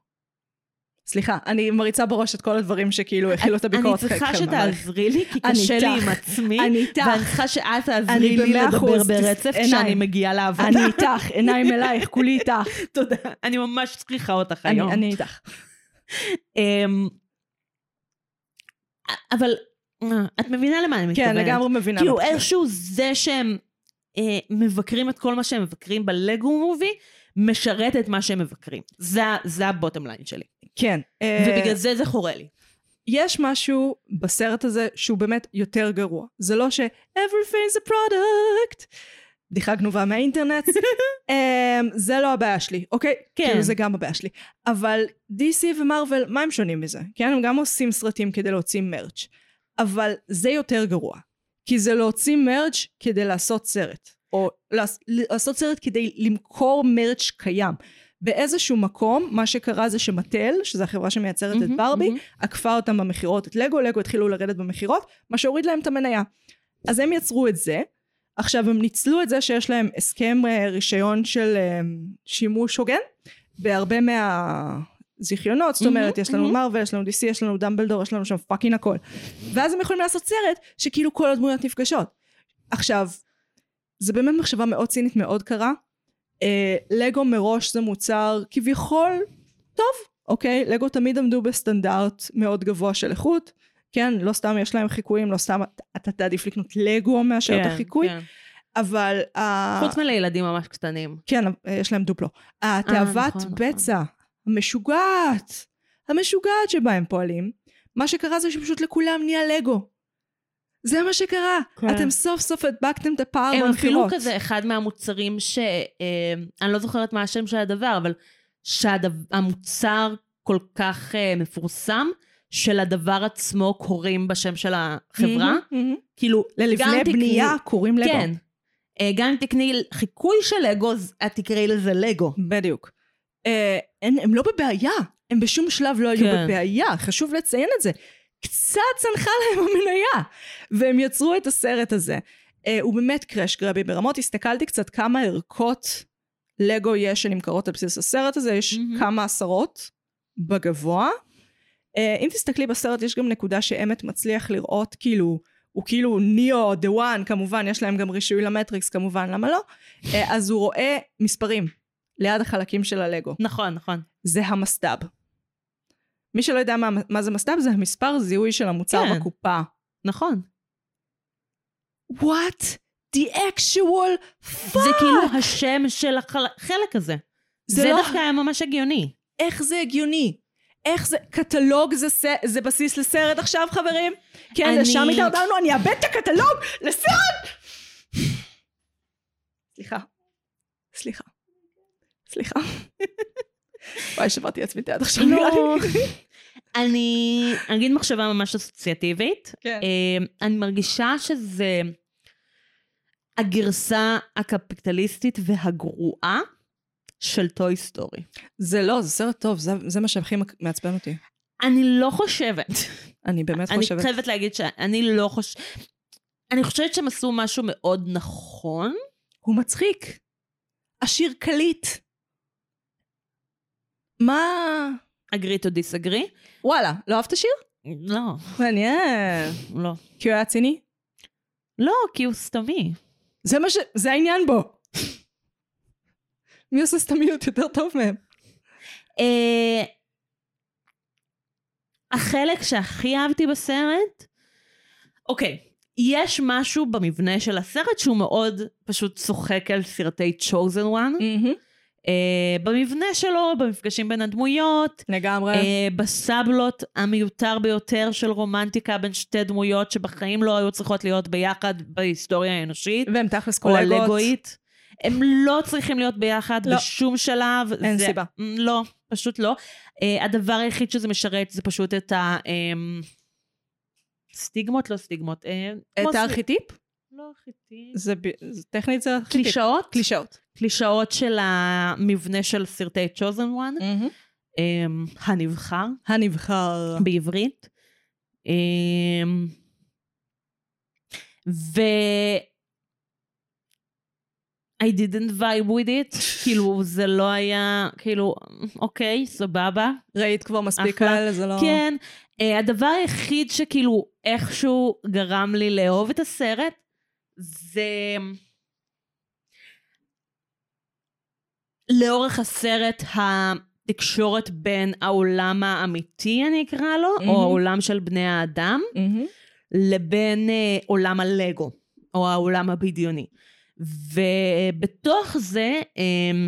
Speaker 1: סליחה, אני מריצה בראש את כל הדברים שכאילו הכילו את
Speaker 2: אני
Speaker 1: הביקורת.
Speaker 2: צריכה
Speaker 1: כחלק מהמערכת.
Speaker 2: שתעזרי לי, כי
Speaker 1: אני
Speaker 2: קשה לי
Speaker 1: איתך.
Speaker 2: עם עצמי,
Speaker 1: אני איתך.
Speaker 2: ואני צריכה שאת
Speaker 1: אני
Speaker 2: תעזרי לי
Speaker 1: במאה
Speaker 2: לדבר
Speaker 1: אחוז,
Speaker 2: ברצף
Speaker 1: עיניים.
Speaker 2: כשאני מגיעה לעבודה.
Speaker 1: אני איתך, עיניים אלייך, כולי איתך.
Speaker 2: תודה. אני ממש צריכה אותך
Speaker 1: אני
Speaker 2: היום.
Speaker 1: אני איתך.
Speaker 2: אמ, אבל אה, את מבינה למה אני מתכוונת.
Speaker 1: כן, לגמרי מבינה.
Speaker 2: כאילו
Speaker 1: מה את
Speaker 2: איכשהו זה שהם אה, מבקרים את כל מה שהם מבקרים בלגו מובי, משרת את מה שהם מבקרים. זה, זה הבוטם ליין שלי.
Speaker 1: אומרת. כן. אה,
Speaker 2: ובגלל זה זה חורה לי.
Speaker 1: יש משהו בסרט הזה שהוא באמת יותר גרוע. זה לא ש- everything's a product. בדיחה גנובה מהאינטרנט. אמ, זה לא הבעיה שלי, אוקיי?
Speaker 2: כן.
Speaker 1: כאילו זה גם הבעיה שלי. אבל DC ומרוויל, מה הם שונים מזה? כן, הם גם עושים סרטים כדי להוציא מרץ'. אבל זה יותר גרוע. כי זה להוציא מרץ' כדי לעשות סרט. או לעש- לעשות סרט כדי למכור מרץ' קיים. באיזשהו מקום, מה שקרה זה שמטל, שזו החברה שמייצרת את
Speaker 2: מהמם,
Speaker 1: ברבי,
Speaker 2: מהמם.
Speaker 1: עקפה אותם במכירות את לגו, לגו התחילו לרדת במכירות, מה שהוריד להם את המניה. אז הם יצרו את זה, עכשיו הם ניצלו את זה שיש להם הסכם אה, רישיון של אה, שימוש הוגן, בהרבה מהזיכיונות, זאת אומרת,
Speaker 2: מהמם,
Speaker 1: יש לנו
Speaker 2: מהמם.
Speaker 1: מרוויל, יש לנו DC, יש לנו דמבלדור, יש לנו שם פאקינג הכל. ואז הם יכולים לעשות סרט שכאילו כל הדמויות נפגשות. עכשיו, זה באמת מחשבה מאוד צינית, מאוד קרה. אה, לגו מראש זה מוצר כביכול טוב, אוקיי? לגו תמיד עמדו בסטנדרט מאוד גבוה של איכות. כן, לא סתם יש להם חיקויים, לא סתם אתה- אתה תעדיף לקנות לגו מאשר את
Speaker 2: כן,
Speaker 1: החיקוי,
Speaker 2: כן.
Speaker 1: אבל... ה-
Speaker 2: חוץ מלילדים ממש קטנים.
Speaker 1: כן, אה, יש להם דופלו. התאוות
Speaker 2: נכון, נכון.
Speaker 1: בצע המשוגעת, המשוגעת שבה הם פועלים, מה שקרה זה שפשוט לכולם נהיה לגו. זה מה שקרה.
Speaker 2: כן.
Speaker 1: אתם סוף סוף הדבקתם את הפער
Speaker 2: הם אפילו
Speaker 1: במכירות.
Speaker 2: כזה אחד מהמוצרים ש... אה, אני לא זוכרת מה השם של הדבר, אבל שהמוצר כל כך אה, מפורסם, שלדבר עצמו קוראים בשם של החברה.
Speaker 1: מהמם, מהמם.
Speaker 2: כאילו, גם
Speaker 1: ללבני
Speaker 2: תקני-
Speaker 1: בנייה קוראים לגו.
Speaker 2: כן. אה, גם אם תקני חיקוי של לגו, אז את תקראי לזה לגו.
Speaker 1: בדיוק. אה, אין, הם לא בבעיה, הם בשום שלב לא היו
Speaker 2: כן.
Speaker 1: בבעיה, חשוב לציין את זה. קצת צנחה להם המניה, והם יצרו את הסרט הזה. אה, הוא באמת קראש גרבי ברמות, הסתכלתי קצת כמה ערכות לגו יש שנמכרות על בסיס הסרט הזה, יש
Speaker 2: מהמם.
Speaker 1: mm-hmm. כמה עשרות בגבוה. אה, אם תסתכלי בסרט, יש גם נקודה שאמת מצליח לראות, כאילו, הוא כאילו ניאו, דה וואן, כמובן, יש להם גם רישוי למטריקס, כמובן, למה לא? אה, אז הוא רואה מספרים ליד החלקים של הלגו.
Speaker 2: נכון, נכון.
Speaker 1: זה המסטאב. מי שלא יודע מה, מה זה מסטאב, זה המספר זיהוי של המוצר
Speaker 2: כן.
Speaker 1: כן. בקופה.
Speaker 2: נכון.
Speaker 1: What? The actual fuck!
Speaker 2: זה כאילו השם של החלק הזה.
Speaker 1: זה
Speaker 2: זה, זה
Speaker 1: לא-
Speaker 2: דווקא היה ממש הגיוני.
Speaker 1: איך זה הגיוני? איך זה, קטלוג זה, ס... זה בסיס לסרט עכשיו חברים? כן,
Speaker 2: אני-
Speaker 1: אני... לשם התדרדרנו, אני אאבד את הקטלוג לסרט! סליחה. סליחה. סליחה. וואי, שברתי לעצמי את היד עכשיו, נראה
Speaker 2: לא.
Speaker 1: לי.
Speaker 2: אני אגיד מחשבה ממש אסוציאטיבית.
Speaker 1: כן.
Speaker 2: אה, אני מרגישה שזה הגרסה הקפיטליסטית והגרועה של טוי סטורי.
Speaker 1: זה לא, זה סרט טוב, זה, זה מה שהכי מק- מעצבן אותי.
Speaker 2: אני לא חושבת.
Speaker 1: אני באמת
Speaker 2: אני
Speaker 1: חושבת...
Speaker 2: חייבת להגיד שאני לא חושבת... אני חושבת שהם עשו משהו מאוד נכון.
Speaker 1: הוא מצחיק. השיר קליט. מה...
Speaker 2: אגרי או דיסאגרי?
Speaker 1: וואלה, לא אהבת שיר?
Speaker 2: לא,
Speaker 1: מעניין.
Speaker 2: לא.
Speaker 1: כי הוא היה ציני?
Speaker 2: לא, כי הוא סתמי.
Speaker 1: זה מה ש... זה העניין בו. מי עושה סתמיות יותר טוב מהם?
Speaker 2: אה, החלק שהכי אהבתי בסרט, אוקיי, יש משהו במבנה של הסרט שהוא מאוד פשוט צוחק על סרטי Chosen One. אה, במבנה שלו, במפגשים בין הדמויות,
Speaker 1: לגמרי.
Speaker 2: אה, בסבלות המיותר ביותר של רומנטיקה בין שתי דמויות שבחיים לא היו צריכות להיות ביחד בהיסטוריה האנושית,
Speaker 1: והם תכלס
Speaker 2: או
Speaker 1: קולגות.
Speaker 2: הלגואית. הם לא צריכים להיות ביחד
Speaker 1: לא.
Speaker 2: בשום שלב.
Speaker 1: אין
Speaker 2: זה-
Speaker 1: סיבה.
Speaker 2: מ, לא, פשוט לא. אה, הדבר היחיד שזה משרת זה פשוט את ה... אמ, סטיגמות, לא סטיגמות. אה, כמו
Speaker 1: את
Speaker 2: ס-
Speaker 1: הארכיטיפ?
Speaker 2: לא ארכיטיפ.
Speaker 1: זה ב- זה- טכנית זה ארכיטיפ.
Speaker 2: קלישאות?
Speaker 1: קלישאות.
Speaker 2: קלישאות של המבנה של סרטי chosen one, אמ, הנבחר.
Speaker 1: הנבחר.
Speaker 2: בעברית. אמ, ו... I didn't vibe with it, כאילו זה לא היה, כאילו, אוקיי, סבבה.
Speaker 1: ראית כבר מספיק
Speaker 2: אחלה.
Speaker 1: כאלה, זה לא...
Speaker 2: כן, אה, הדבר היחיד שכאילו איכשהו גרם לי לאהוב את הסרט, זה... לאורך הסרט התקשורת בין העולם האמיתי, אני אקרא לו, mm-hmm.
Speaker 1: מהמם.
Speaker 2: או העולם של בני האדם,
Speaker 1: מהמם.
Speaker 2: לבין אה, עולם הלגו, או העולם הבדיוני. ובתוך זה, אה,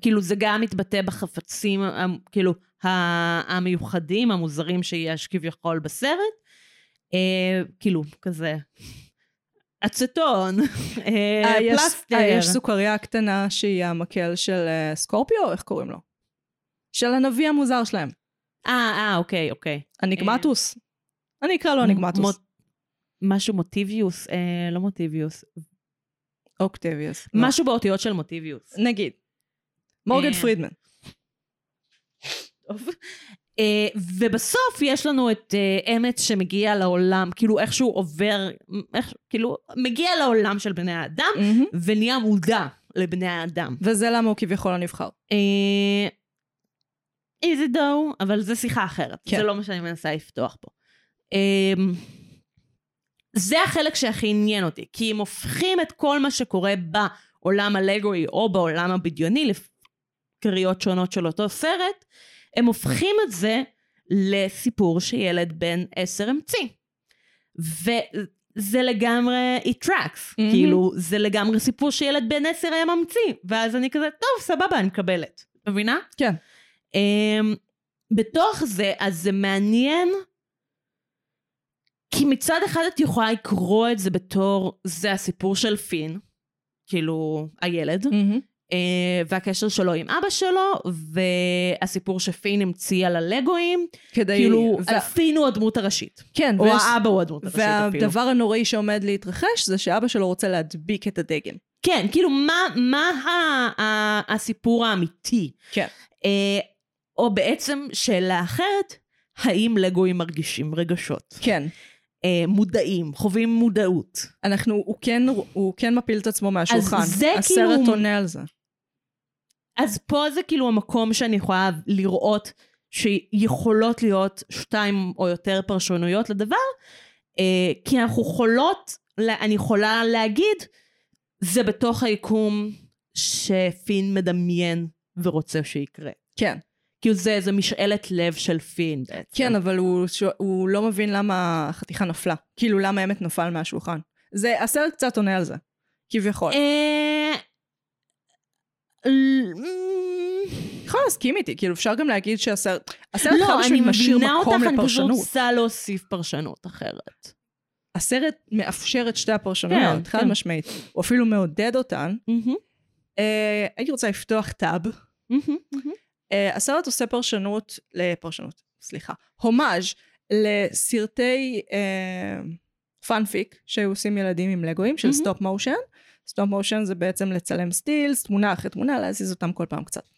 Speaker 2: כאילו זה גם מתבטא בחפצים, אה, כאילו, ה- המיוחדים, המוזרים שיש כביכול בסרט. אה, כאילו, כזה, אצטון, אה,
Speaker 1: אה, יש-
Speaker 2: פלסטר.
Speaker 1: אה, יש סוכריה קטנה שהיא המקל של אה, סקורפיו, איך קוראים לו? של הנביא המוזר שלהם.
Speaker 2: אה, אה, אוקיי, אוקיי.
Speaker 1: הניגמטוס. אני אקרא לו הניגמטוס.
Speaker 2: מ- משהו מוטיביוס, אה, לא מוטיביוס,
Speaker 1: אוקטביוס.
Speaker 2: משהו באותיות של מוטיביוס.
Speaker 1: נגיד. מורגן
Speaker 2: אה,
Speaker 1: פרידמן.
Speaker 2: טוב. אה, ובסוף יש לנו את אה, אמת שמגיע לעולם, כאילו איכשהו עובר, איך, כאילו מגיע לעולם של בני האדם
Speaker 1: מהמם.
Speaker 2: ונהיה מודע לבני האדם.
Speaker 1: וזה למה הוא כביכול לא הנבחר.
Speaker 2: אה, איזי דו, אבל זה שיחה אחרת.
Speaker 1: כן.
Speaker 2: זה לא מה שאני מנסה לפתוח פה. אה, זה החלק שהכי עניין אותי, כי הם הופכים את כל מה שקורה בעולם הלגוי או בעולם הבדיוני, לפ- קריאות שונות של אותו סרט, הם הופכים את זה לסיפור שילד בן עשר המציא. וזה לגמרי, it tracks, mm-hmm.
Speaker 1: מהמם.
Speaker 2: כאילו, זה לגמרי סיפור שילד בן עשר היה ממציא, ואז אני כזה, טוב, סבבה, אני מקבלת. מבינה?
Speaker 1: כן.
Speaker 2: Um, בתוך זה, אז זה מעניין, כי מצד אחד את יכולה לקרוא את זה בתור, זה הסיפור של פין, כאילו, הילד,
Speaker 1: Mm.
Speaker 2: אה, והקשר שלו עם אבא שלו, והסיפור שפין המציא על הלגואים,
Speaker 1: כדי...
Speaker 2: כאילו,
Speaker 1: וה-
Speaker 2: פין הוא הדמות הראשית.
Speaker 1: כן,
Speaker 2: או
Speaker 1: ויש-
Speaker 2: האבא הוא הדמות הראשית אפילו.
Speaker 1: והדבר הנוראי שעומד להתרחש זה שאבא שלו רוצה להדביק את הדגם.
Speaker 2: כן, כאילו, מה, מה ה, ה, הסיפור האמיתי?
Speaker 1: כן.
Speaker 2: אה, או בעצם שאלה אחרת, האם לגואים מרגישים רגשות?
Speaker 1: כן.
Speaker 2: אה, מודעים, חווים מודעות.
Speaker 1: אנחנו, הוא כן, הוא כן מפיל את עצמו מהשולחן.
Speaker 2: זה
Speaker 1: הסרט
Speaker 2: כאילו-
Speaker 1: עונה על זה.
Speaker 2: אז פה זה כאילו המקום שאני יכולה לראות שיכולות להיות שתיים או יותר פרשנויות לדבר, אה, כי אנחנו יכולות, לה- אני יכולה להגיד, זה בתוך היקום שפין מדמיין ורוצה שיקרה.
Speaker 1: כן.
Speaker 2: כאילו זה, זה משאלת לב של פין בעצם.
Speaker 1: כן, אבל הוא, שו- הוא לא מבין למה החתיכה נפלה. כאילו, למה האמת נפל מהשולחן. זה, הסרט קצת עונה על זה. כביכול.
Speaker 2: אה, ל- מ-
Speaker 1: יכולה להסכים איתי, כאילו, אפשר גם להגיד שהסרט... הסרט חייב
Speaker 2: לא, אני
Speaker 1: בשביל משאיר
Speaker 2: מבינה אותך,
Speaker 1: מקום
Speaker 2: אני פשוט
Speaker 1: לפרשנות.
Speaker 2: רוצה להוסיף פרשנות אחרת.
Speaker 1: הסרט מאפשר את שתי הפרשנויות,
Speaker 2: כן,
Speaker 1: חד
Speaker 2: כן.
Speaker 1: משמעית. הוא אפילו מעודד אותן. אה, הייתי רוצה לפתוח טאב. אה, הסרט עושה פרשנות לפרשנות, סליחה, הומאז' לסרטי אה, פאנפיק שהיו עושים ילדים עם לגויים של
Speaker 2: מהמם.
Speaker 1: סטופ מושן. סטופ מושן זה בעצם לצלם סטילס, תמונה אחרי תמונה, להזיז אותם כל פעם קצת.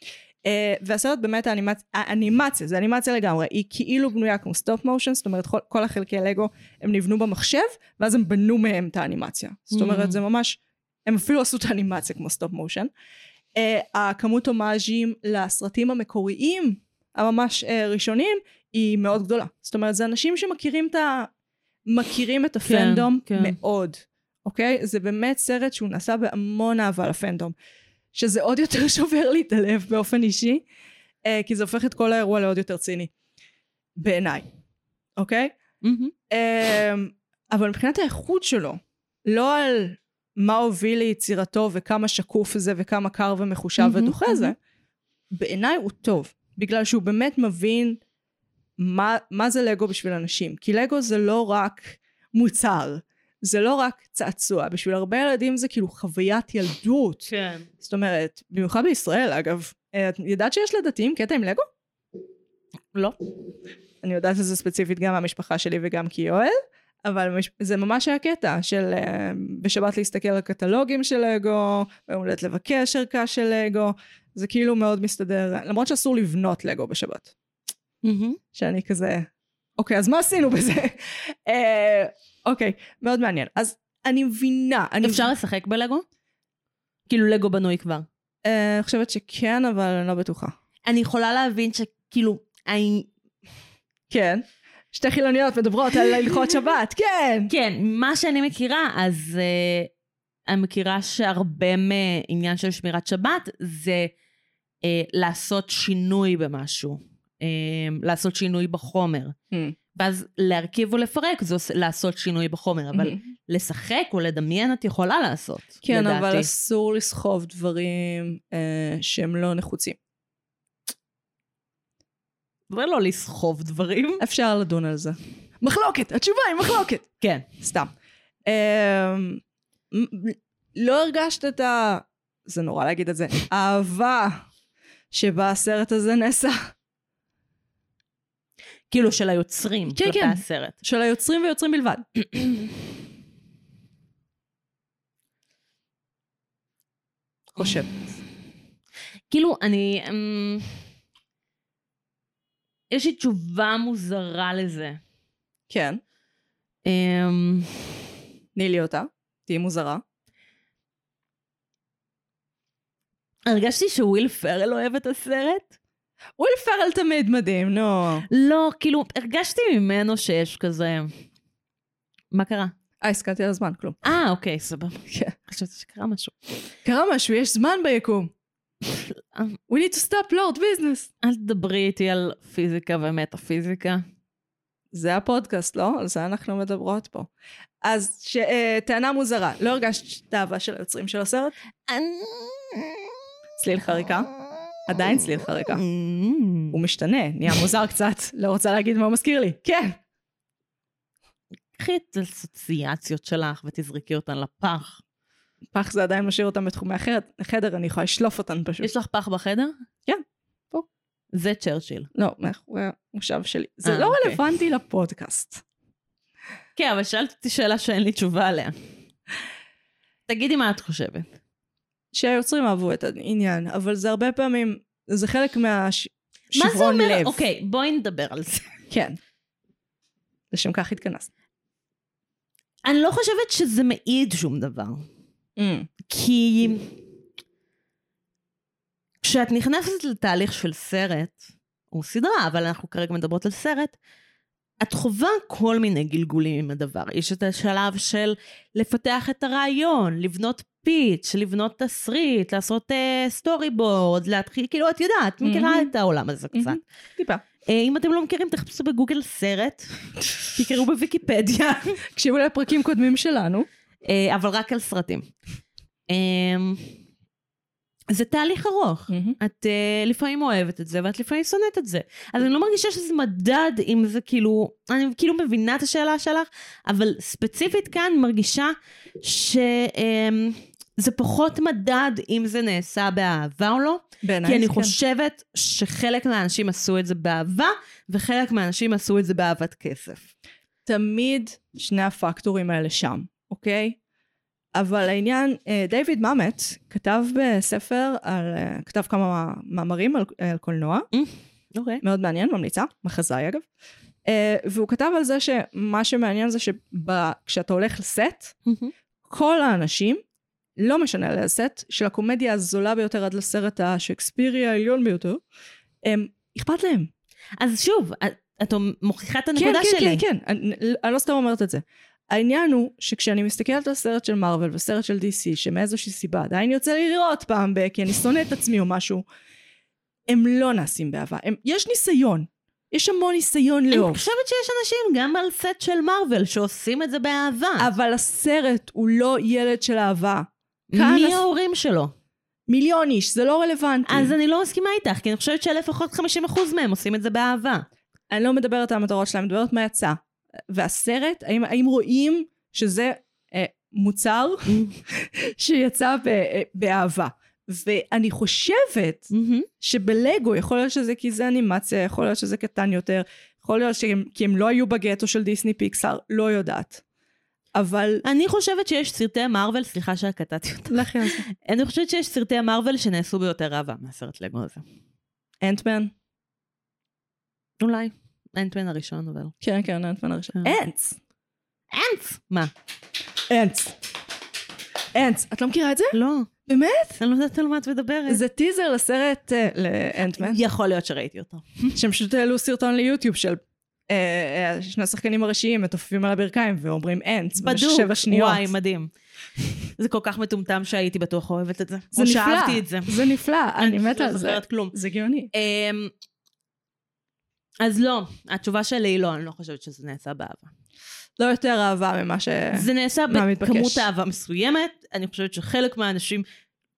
Speaker 1: אה, והסרט באמת האנימצ... האנימציה, זה אנימציה לגמרי, היא כאילו בנויה כמו סטופ מושן, זאת אומרת כל, כל החלקי לגו הם נבנו במחשב, ואז הם בנו מהם את האנימציה. זאת אומרת
Speaker 2: Mm.
Speaker 1: זה ממש, הם אפילו עשו את האנימציה כמו סטופ מושן. אה, הכמות הומאז'ים לסרטים המקוריים, הממש אה, ראשונים, היא מאוד גדולה. זאת אומרת, זה אנשים שמכירים את ה... מכירים את הפנדום
Speaker 2: כן.
Speaker 1: מאוד, אוקיי? זה באמת סרט שהוא נעשה בהמון אהבה לפנדום. שזה עוד יותר שובר לי את הלב באופן אישי, אה, כי זה הופך את כל האירוע לעוד יותר ציני. בעיניי, אוקיי? אמ, אבל מבחינת האיכות שלו, לא על מה הוביל ליצירתו וכמה שקוף זה וכמה קר ומחושב
Speaker 2: מהמם,
Speaker 1: ודוחה זה,
Speaker 2: מהמם.
Speaker 1: בעיניי הוא טוב, בגלל שהוא באמת מבין מה, מה זה לגו בשביל אנשים. כי לגו זה לא רק מוצר, זה לא רק צעצוע, בשביל הרבה ילדים זה כאילו חוויית ילדות.
Speaker 2: כן.
Speaker 1: זאת אומרת, במיוחד בישראל אגב, אה, את ידעת שיש לדתיים קטע עם לגו?
Speaker 2: לא.
Speaker 1: אני יודעת שזה ספציפית גם מהמשפחה שלי וגם כיואל, אבל מש- זה ממש היה קטע של אה, בשבת להסתכל על קטלוגים של לגו, ביום הולדת לבקש ערכה של לגו, זה כאילו מאוד מסתדר, למרות שאסור לבנות לגו בשבת, שאני כזה, אוקיי, אז מה עשינו בזה? אה, אוקיי, מאוד מעניין. אז אני מבינה, אני
Speaker 2: אפשר לשחק בלגו? כאילו לגו בנוי כבר.
Speaker 1: אה, אני חושבת שכן, אבל אני לא בטוחה.
Speaker 2: אני יכולה להבין שכאילו, אני-
Speaker 1: כן. שתי חילוניות מדברות על הלכות שבת, כן.
Speaker 2: כן, מה שאני מכירה, אז אה, אני מכירה שהרבה מעניין של שמירת שבת זה אה, לעשות שינוי במשהו, אה, לעשות שינוי בחומר.
Speaker 1: Hmm.
Speaker 2: ואז להרכיב ולפרק זה עוש- לעשות שינוי בחומר, אבל לשחק או לדמיין את יכולה לעשות,
Speaker 1: Hmm. כן,
Speaker 2: לדעתי.
Speaker 1: אבל אסור לסחוב דברים אה, שהם לא נחוצים.
Speaker 2: זה לא לסחוב דברים.
Speaker 1: אפשר לדון על זה. מחלוקת, התשובה היא מחלוקת.
Speaker 2: כן.
Speaker 1: סתם. אה, לא הרגשת את ה... זה נורא להגיד את זה. האהבה שבה הסרט הזה נעשה.
Speaker 2: כאילו של היוצרים
Speaker 1: כן,
Speaker 2: כלפי
Speaker 1: כן.
Speaker 2: הסרט.
Speaker 1: של היוצרים ויוצרים בלבד. חושב.
Speaker 2: כאילו, אני... אמ, יש לי תשובה מוזרה לזה.
Speaker 1: כן,
Speaker 2: אמ,
Speaker 1: תני לי אותה. תהיי מוזרה.
Speaker 2: הרגשתי שוויל פרל אוהב את הסרט?
Speaker 1: וויל פרל תמיד מדהים, נו.
Speaker 2: לא, כאילו, הרגשתי ממנו שיש כזה... מה קרה?
Speaker 1: אה, הסתכלתי על הזמן, כלום.
Speaker 2: אה, אוקיי, סבבה.
Speaker 1: כן.
Speaker 2: חשבתי שקרה משהו.
Speaker 1: קרה משהו, יש זמן ביקום. We need to stop lord business.
Speaker 2: אל תדברי איתי על פיזיקה ומטאפיזיקה.
Speaker 1: זה הפודקאסט, לא? על זה אנחנו מדברות פה. אז ש... אה, טענה מוזרה, לא הרגשת את האהבה של היוצרים של הסרט? צליל חריקה? עדיין
Speaker 2: Mm.
Speaker 1: צליל חריקה. הוא משתנה, נהיה מוזר קצת, לא רוצה להגיד מה הוא מזכיר לי. כן.
Speaker 2: קחי את האסוציאציות שלך ותזרקי אותן לפח.
Speaker 1: פח זה עדיין משאיר אותם בתחומי החדר, החדר, אני יכולה לשלוף אותם פשוט.
Speaker 2: יש לך פח בחדר?
Speaker 1: כן, פה.
Speaker 2: זה צ'רצ'יל.
Speaker 1: לא, מאחורי המושב שלי. זה
Speaker 2: אה,
Speaker 1: לא
Speaker 2: אוקיי.
Speaker 1: רלוונטי לפודקאסט.
Speaker 2: כן, אבל שאלת אותי שאלה שאין לי תשובה עליה. תגידי מה את חושבת.
Speaker 1: שהיוצרים אהבו את העניין, אבל זה הרבה פעמים, זה חלק
Speaker 2: מה זה
Speaker 1: מהשברון
Speaker 2: אומר?
Speaker 1: לב.
Speaker 2: אוקיי, בואי נדבר על זה.
Speaker 1: כן. לשם כך התכנסנו.
Speaker 2: אני לא חושבת שזה Mm. מעיד שום דבר. כי... כשאת נכנסת לתהליך של סרט, או סדרה, אבל אנחנו כרגע מדברות על סרט, את חווה כל מיני גלגולים עם הדבר. יש את השלב של לפתח את הרעיון, לבנות פיץ', לבנות תסריט, לעשות סטורי בורד, להתחיל, כאילו, את יודעת, מכירה
Speaker 1: מהמם.
Speaker 2: את העולם הזה קצת.
Speaker 1: טיפה.
Speaker 2: אה, אם אתם לא מכירים, תחפשו בגוגל סרט, תקראו בוויקיפדיה,
Speaker 1: תקשיבו לפרקים קודמים שלנו.
Speaker 2: אה, אבל רק על סרטים. אמ, זה תהליך
Speaker 1: Mm.
Speaker 2: ארוך. את אה, לפעמים אוהבת את זה, ואת לפעמים שונאת את זה. אז אני לא מרגישה שזה מדד אם זה כאילו... אני כאילו מבינה את השאלה שלך, אבל ספציפית כאן מרגישה שזה פחות מדד אם זה נעשה באהבה או לא.
Speaker 1: בעיניי
Speaker 2: כי אני
Speaker 1: כן.
Speaker 2: חושבת שחלק מהאנשים עשו את זה באהבה, וחלק מהאנשים עשו את זה באהבת כסף.
Speaker 1: תמיד שני הפקטורים האלה שם, אוקיי? אבל העניין, אה, דיוויד ממט כתב בספר, על, אה, כתב כמה מאמרים על, אה, על קולנוע,
Speaker 2: אוקיי.
Speaker 1: מאוד מעניין, ממליצה, מחזאי אגב. אה, והוא כתב על זה שמה שמעניין זה שכשאתה הולך לסט, כל האנשים, לא משנה לאיזה סט, של הקומדיה הזולה ביותר עד לסרט השייקספירי העליון ביותר, הם, אכפת להם.
Speaker 2: אז שוב, את- את מוכיחה את
Speaker 1: כן,
Speaker 2: הנקודה
Speaker 1: כן,
Speaker 2: שלי.
Speaker 1: כן, כן, אני, אני לא סתם אומרת את זה. העניין הוא שכשאני מסתכלת על סרט של מארוול וסרט של DC, שמאיזושהי סיבה עדיין יוצא לי לראות פעם ב... כי אני שונא את עצמי או משהו, הם לא נעשים באהבה. הם, יש ניסיון. יש המון ניסיון
Speaker 2: אני
Speaker 1: לאהוב.
Speaker 2: חושבת שיש אנשים גם על סט של מארוול שעושים את זה באהבה.
Speaker 1: אבל הסרט הוא לא ילד של אהבה. כאן
Speaker 2: מי
Speaker 1: הס-
Speaker 2: ההורים שלו?
Speaker 1: מיליון איש, זה לא רלוונטי.
Speaker 2: אז אני לא מסכימה איתך, כי אני חושבת שלפחות 50% מהם עושים את זה באהבה.
Speaker 1: אני לא מדברת על המטרות שלהם, אני מדברת מה יצא. והסרט, האם, האם רואים שזה אה, מוצר שיצא ב, אה, באהבה? ואני חושבת שבלגו, יכול להיות שזה כי זה אנימציה, יכול להיות שזה קטן יותר, יכול להיות שהם, כי הם לא היו בגטו של דיסני פיקסאר, לא יודעת. אבל...
Speaker 2: אני חושבת שיש סרטי מארוול, סליחה שקטעתי אותך.
Speaker 1: לכן.
Speaker 2: אני חושבת שיש סרטי מארוול שנעשו ביותר אהבה מהסרט לגו הזה.
Speaker 1: אנטמן?
Speaker 2: אולי. אנטמן הראשון, אבל...
Speaker 1: כן, כן, אנטמן הראשון.
Speaker 2: אה.
Speaker 1: אנטס!
Speaker 2: אנטס! מה?
Speaker 1: אנטס. אנטס. את לא מכירה את זה?
Speaker 2: לא.
Speaker 1: באמת?
Speaker 2: אני לא יודעת על מה את מדברת.
Speaker 1: זה טיזר לסרט אה, לאנטמן.
Speaker 2: יכול להיות שראיתי אותו.
Speaker 1: שהם פשוט העלו סרטון ליוטיוב של אה, אה, שני השחקנים הראשיים מתעופפים על הברכיים ואומרים אנטס במשך
Speaker 2: בדוק.
Speaker 1: שבע שניות.
Speaker 2: וואי, מדהים. זה כל כך מטומטם שהייתי בטוח אוהבת את זה.
Speaker 1: זה
Speaker 2: או
Speaker 1: נפלא.
Speaker 2: שאהבתי את זה.
Speaker 1: זה נפלא, אני מתה על
Speaker 2: לא
Speaker 1: זה.
Speaker 2: זוכרת כלום.
Speaker 1: זה גאוני.
Speaker 2: אמ, אז לא, התשובה שלי היא לא, אני לא חושבת שזה נעשה באהבה.
Speaker 1: לא יותר אהבה ממה ש...
Speaker 2: זה נעשה
Speaker 1: כן. מה מתבקש?
Speaker 2: בכמות אהבה מסוימת, אני חושבת שחלק מהאנשים,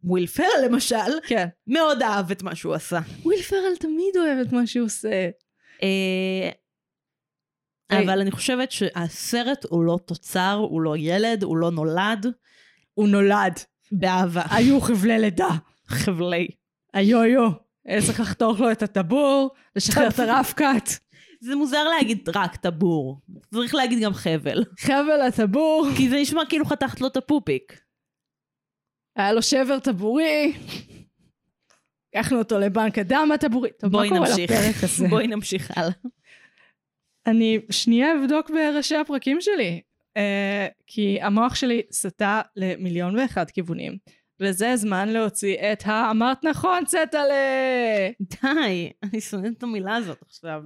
Speaker 2: וויל פרל למשל,
Speaker 1: כן.
Speaker 2: מאוד אהב את מה שהוא עשה.
Speaker 1: וויל פרל תמיד אוהב את מה שהוא עושה.
Speaker 2: אה,
Speaker 1: היי.
Speaker 2: אבל אני חושבת שהסרט הוא לא תוצר, הוא לא ילד, הוא לא נולד,
Speaker 1: הוא נולד.
Speaker 2: באהבה.
Speaker 1: היו חבלי לידה.
Speaker 2: חבלי.
Speaker 1: היו היו. אה, צריך לחתוך לו את הטבור, לשחרר את הרפקת.
Speaker 2: זה מוזר להגיד רק טבור. צריך להגיד גם חבל.
Speaker 1: חבל הטבור.
Speaker 2: כי זה נשמע כאילו חתכת לו את הפופיק.
Speaker 1: היה לו שבר טבורי. לקחנו אותו לבנק הדם הטבורי. טוב, מה
Speaker 2: בואי
Speaker 1: קורה
Speaker 2: נמשיך.
Speaker 1: לפרק הזה?
Speaker 2: בואי נמשיך הלאה.
Speaker 1: אני שנייה אבדוק בראשי הפרקים שלי, אה, כי המוח שלי סטה למיליון ואחד כיוונים, וזה זמן להוציא את ה... אמרת נכון, צטלה!
Speaker 2: די, אני שונאת את המילה הזאת עכשיו.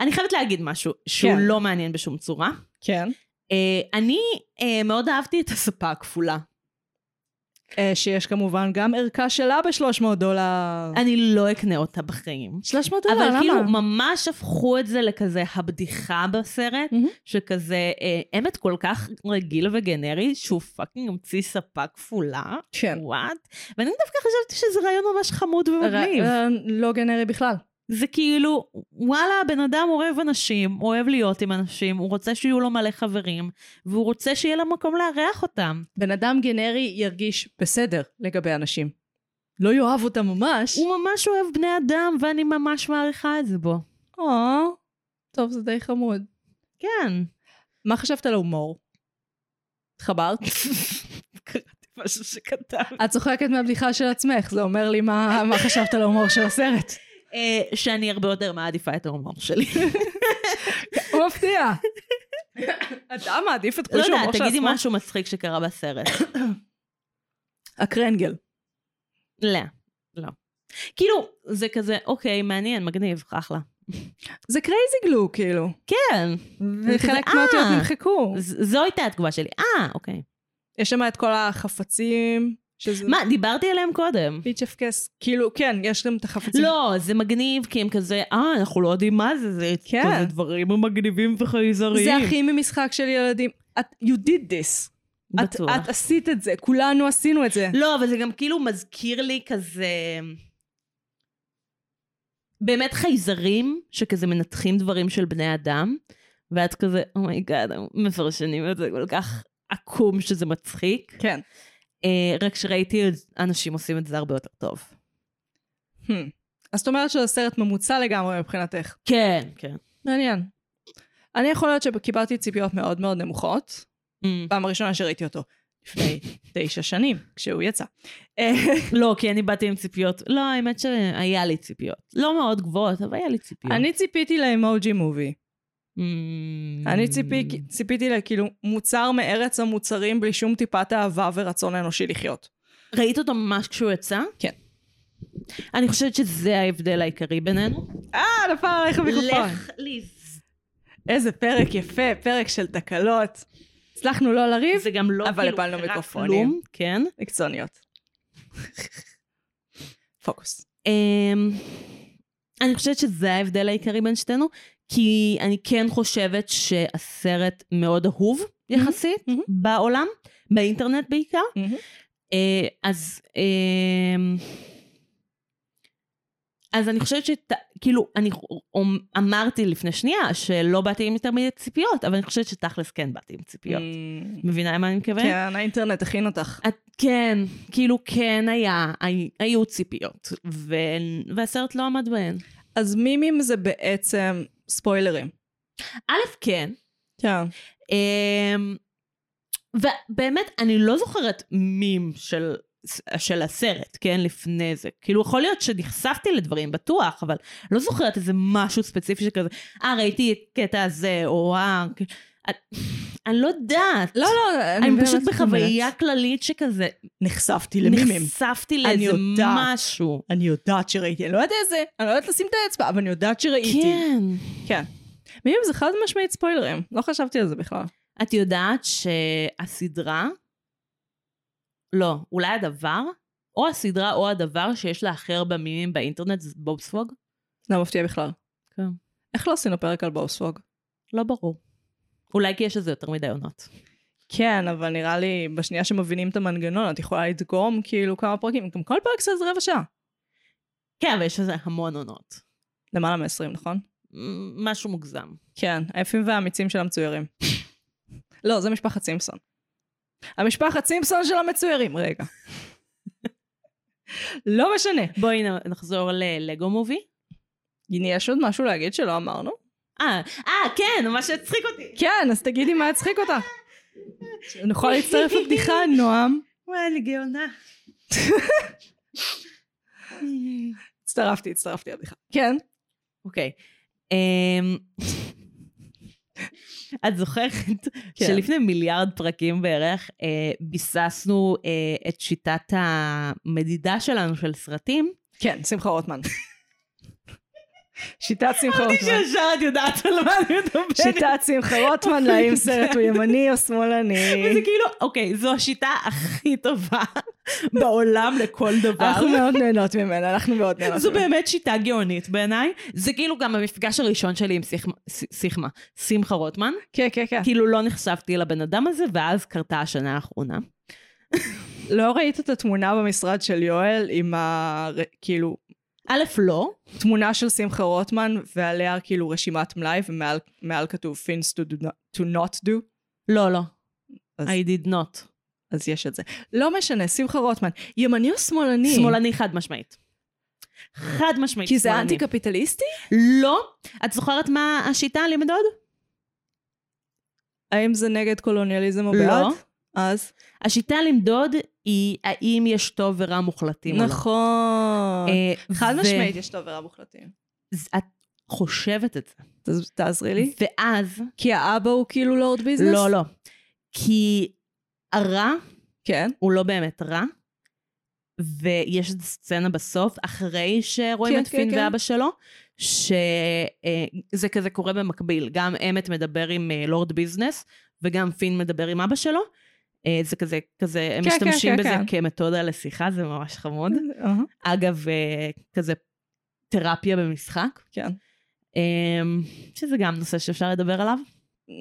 Speaker 2: אני חייבת להגיד משהו שהוא
Speaker 1: כן.
Speaker 2: לא מעניין בשום צורה.
Speaker 1: כן.
Speaker 2: אה, אני אה, מאוד אהבתי את הספה הכפולה.
Speaker 1: אה, שיש כמובן גם ערכה שלה ב-300 דולר.
Speaker 2: אני לא אקנה אותה בחיים.
Speaker 1: 300
Speaker 2: אבל
Speaker 1: דולר, לא, למה?
Speaker 2: כאילו ממש הפכו את זה לכזה הבדיחה בסרט,
Speaker 1: מהמם.
Speaker 2: שכזה אה, אמת כל כך רגיל וגנרי, שהוא פאקינג המציא ספה כפולה.
Speaker 1: כן.
Speaker 2: וואט? ואני דווקא חשבתי שזה רעיון ממש חמוד ומגניב.
Speaker 1: ר- אה, לא גנרי בכלל.
Speaker 2: זה כאילו, וואלה, הבן אדם אוהב אנשים, הוא אוהב להיות עם אנשים, הוא רוצה שיהיו לו מלא חברים, והוא רוצה שיהיה לו מקום לארח אותם.
Speaker 1: בן אדם גנרי ירגיש בסדר לגבי אנשים. לא יאהב אותם ממש.
Speaker 2: הוא ממש אוהב בני אדם, ואני ממש מעריכה את זה בו.
Speaker 1: אה, טוב, זה די חמוד.
Speaker 2: כן.
Speaker 1: מה חשבת על ההומור? התחברת?
Speaker 2: קראתי משהו שכתב.
Speaker 1: את צוחקת מהבדיחה של עצמך, זה אומר לי מה, מה חשבת על ההומור של הסרט.
Speaker 2: אה, שאני הרבה יותר מעדיפה את ההומור שלי.
Speaker 1: הוא מפתיע. אתה מעדיף את
Speaker 2: לא
Speaker 1: חוש
Speaker 2: יודעת,
Speaker 1: לא ההומור של עצמו?
Speaker 2: תגידי משהו מצחיק שקרה בסרט.
Speaker 1: הקרנגל.
Speaker 2: לא, לא. כאילו, זה כזה, אוקיי, מעניין, מגניב, אחלה.
Speaker 1: זה קרייזי גלו, כאילו.
Speaker 2: כן,
Speaker 1: וחלק
Speaker 2: אה.
Speaker 1: מהאותיות נמחקו.
Speaker 2: ז- זו הייתה התגובה שלי. אה, אוקיי.
Speaker 1: יש שם את כל החפצים, שזה
Speaker 2: מה, דיברתי עליהם קודם.
Speaker 1: פיץ' אפקס. כאילו, כן, יש גם את החפצים.
Speaker 2: לא, זה מגניב, כי הם כזה, אה, אנחנו לא יודעים מה זה, זה
Speaker 1: כן.
Speaker 2: כזה דברים מגניבים וחייזריים.
Speaker 1: זה הכי ממשחק של ילדים. את, you did this. את,
Speaker 2: בטוח.
Speaker 1: את עשית את זה, כולנו עשינו את זה.
Speaker 2: לא, אבל זה גם כאילו מזכיר לי כזה... באמת חייזרים, שכזה מנתחים דברים של בני אדם, ואת כזה, אומייגאד, oh my God, הם מפרשנים את זה כל כך עקום שזה מצחיק.
Speaker 1: כן.
Speaker 2: אה, רק שראיתי את- אנשים עושים את זה הרבה יותר טוב.
Speaker 1: Hmm. אז זאת אומרת שזה סרט ממוצע לגמרי מבחינתך.
Speaker 2: כן, כן.
Speaker 1: מעניין. אני יכול להיות שקיבלתי ציפיות מאוד מאוד נמוכות,
Speaker 2: Mm.
Speaker 1: פעם הראשונה שראיתי אותו, לפני תשע שנים, כשהוא יצא. אה,
Speaker 2: לא, כי אני באתי עם ציפיות. לא, האמת שהיה לי ציפיות. לא מאוד גבוהות, אבל היה לי ציפיות.
Speaker 1: אני ציפיתי לאמוג'י מובי.
Speaker 2: Mm.
Speaker 1: אני ציפי, ציפיתי לכאילו מוצר מארץ המוצרים בלי שום טיפת אהבה ורצון אנושי לחיות.
Speaker 2: ראית אותו ממש כשהוא יצא?
Speaker 1: כן.
Speaker 2: אני חושבת שזה ההבדל העיקרי בינינו.
Speaker 1: אה, נפל עלייך המיקרופון.
Speaker 2: לך ליז.
Speaker 1: איזה פרק יפה, פרק של תקלות. הצלחנו לא לריב,
Speaker 2: זה גם לא
Speaker 1: אבל
Speaker 2: כאילו
Speaker 1: הפלנו
Speaker 2: קרה
Speaker 1: מיקרופונים.
Speaker 2: כלום, כן.
Speaker 1: מקצועניות. פוקוס.
Speaker 2: אמ, אני חושבת שזה ההבדל העיקרי בין שתינו, כי אני כן חושבת שהסרט מאוד אהוב יחסית
Speaker 1: מהמם.
Speaker 2: בעולם, באינטרנט בעיקר.
Speaker 1: מהמם.
Speaker 2: אה, אז אמ, אז אני חושבת שכאילו, אני אומ- אמרתי לפני שנייה שלא באתי עם יותר מדי ציפיות, אבל אני חושבת שתכלס כן באתי עם ציפיות.
Speaker 1: Mm,
Speaker 2: מבינה למה אני מתכוונת?
Speaker 1: כן, האינטרנט הכין אותך.
Speaker 2: את, כן, כאילו כן היה, הי, היו ציפיות, ו, והסרט לא עמד בהן.
Speaker 1: אז מימים זה בעצם ספוילרים.
Speaker 2: א', כן,
Speaker 1: כן.
Speaker 2: אמ, ובאמת, אני לא זוכרת מים של, של הסרט, כן, לפני זה. כאילו, יכול להיות שנחשפתי לדברים, בטוח, אבל לא זוכרת איזה משהו ספציפי שכזה, אה, ראיתי את הקטע הזה, או אה... כ- את- אני לא יודעת.
Speaker 1: לא, לא,
Speaker 2: אני
Speaker 1: מבינה
Speaker 2: פשוט
Speaker 1: מה את
Speaker 2: בחוויה
Speaker 1: אומרת.
Speaker 2: כללית שכזה,
Speaker 1: נחשפתי למימים.
Speaker 2: נחשפתי
Speaker 1: אני
Speaker 2: לאיזה
Speaker 1: יודעת.
Speaker 2: משהו.
Speaker 1: אני יודעת שראיתי, אני לא יודעת איזה, אני לא יודעת לשים את האצבע, אבל אני יודעת שראיתי.
Speaker 2: כן.
Speaker 1: כן. מימים זה חד משמעית ספוילרים, לא חשבתי על זה בכלל.
Speaker 2: את יודעת שהסדרה, לא, אולי הדבר, או הסדרה או הדבר שיש לה הכי הרבה מימים באינטרנט זה בובספוג?
Speaker 1: לא מפתיע בכלל.
Speaker 2: כן.
Speaker 1: איך לא עשינו פרק על בוספוג?
Speaker 2: לא ברור. אולי כי יש לזה יותר מדי עונות.
Speaker 1: כן, אבל נראה לי, בשנייה שמבינים את המנגנון, את יכולה לדגום כאילו כמה פרקים, גם כל פרק זה איזה רבע שעה.
Speaker 2: כן, אבל יש לזה המון עונות.
Speaker 1: למעלה מ-20, נכון?
Speaker 2: מ- משהו מוגזם.
Speaker 1: כן, היפים והאמיצים של המצוירים. לא, זה משפחת סימפסון. המשפחת סימפסון של המצוירים, רגע. לא משנה.
Speaker 2: בואי נ- נחזור ללגו מובי.
Speaker 1: יש עוד משהו להגיד שלא אמרנו?
Speaker 2: אה, אה, כן, מה שהצחיק אותי.
Speaker 1: כן, אז תגידי מה יצחיק אותך. נוכל להצטרף לבדיחה, נועם.
Speaker 2: וואי, אני גאונה.
Speaker 1: הצטרפתי, הצטרפתי לבדיחה. כן.
Speaker 2: אוקיי. אמ, את זוכרת
Speaker 1: כן.
Speaker 2: שלפני מיליארד פרקים בערך אה, ביססנו אה, את שיטת המדידה שלנו של סרטים?
Speaker 1: כן, שמחה רוטמן. שיטת שמחה רוטמן.
Speaker 2: שישר את יודעת על מה אני מדברת.
Speaker 1: שיטת שמחה רוטמן, להאם סרט הוא ימני או שמאלני.
Speaker 2: וזה כאילו, אוקיי, זו השיטה הכי טובה בעולם לכל דבר.
Speaker 1: אנחנו לא- מאוד נהנות ממנה, אנחנו מאוד נהנות
Speaker 2: זו
Speaker 1: ממנה.
Speaker 2: באמת שיטה גאונית בעיניי. זה כאילו גם המפגש הראשון שלי עם סיכמה- ס- סיכמה, שמחה רוטמן.
Speaker 1: כן, כן, כן.
Speaker 2: כאילו לא נחשפתי לבן אדם הזה, ואז קרתה השנה האחרונה.
Speaker 1: לא ראית את התמונה במשרד של יואל עם ה... ר- כאילו,
Speaker 2: א', לא.
Speaker 1: תמונה של שמחה רוטמן ועליה כאילו רשימת מלאי ומעל מעל כתוב things to, do not, to not do,
Speaker 2: לא, לא.
Speaker 1: אז-
Speaker 2: I did not.
Speaker 1: אז יש את זה. לא משנה, שמחה רוטמן, ימני או שמאלני?
Speaker 2: שמאלני חד משמעית. חד משמעית
Speaker 1: כי זה
Speaker 2: שמאלני.
Speaker 1: אנטי קפיטליסטי?
Speaker 2: לא. את זוכרת מה השיטה למדוד?
Speaker 1: האם זה נגד קולוניאליזם או
Speaker 2: לא.
Speaker 1: בעד? אז?
Speaker 2: השיטה למדוד היא האם יש טוב ורע מוחלטים או לא.
Speaker 1: נכון.
Speaker 2: אה,
Speaker 1: חד
Speaker 2: ו-
Speaker 1: משמעית יש טוב ורע מוחלטים.
Speaker 2: ז- את חושבת את זה.
Speaker 1: אז תעזרי לי.
Speaker 2: ואז...
Speaker 1: כי האבא הוא כאילו לורד ביזנס?
Speaker 2: לא, לא. כי הרע
Speaker 1: כן.
Speaker 2: הוא לא באמת רע, ויש את הסצנה בסוף, אחרי שרואים
Speaker 1: כן,
Speaker 2: את
Speaker 1: כן,
Speaker 2: פין
Speaker 1: כן.
Speaker 2: ואבא שלו, שזה כזה קורה במקביל. גם אמת מדבר עם אה, לורד ביזנס, וגם פין מדבר עם אבא שלו. אה, זה כזה, כזה, הם
Speaker 1: כן, כן,
Speaker 2: משתמשים
Speaker 1: כן,
Speaker 2: בזה
Speaker 1: כן.
Speaker 2: כמתודה לשיחה, זה ממש חמוד.
Speaker 1: אהה,
Speaker 2: אגב, אה, כזה תרפיה במשחק,
Speaker 1: כן.
Speaker 2: אה, שזה גם נושא שאפשר לדבר עליו.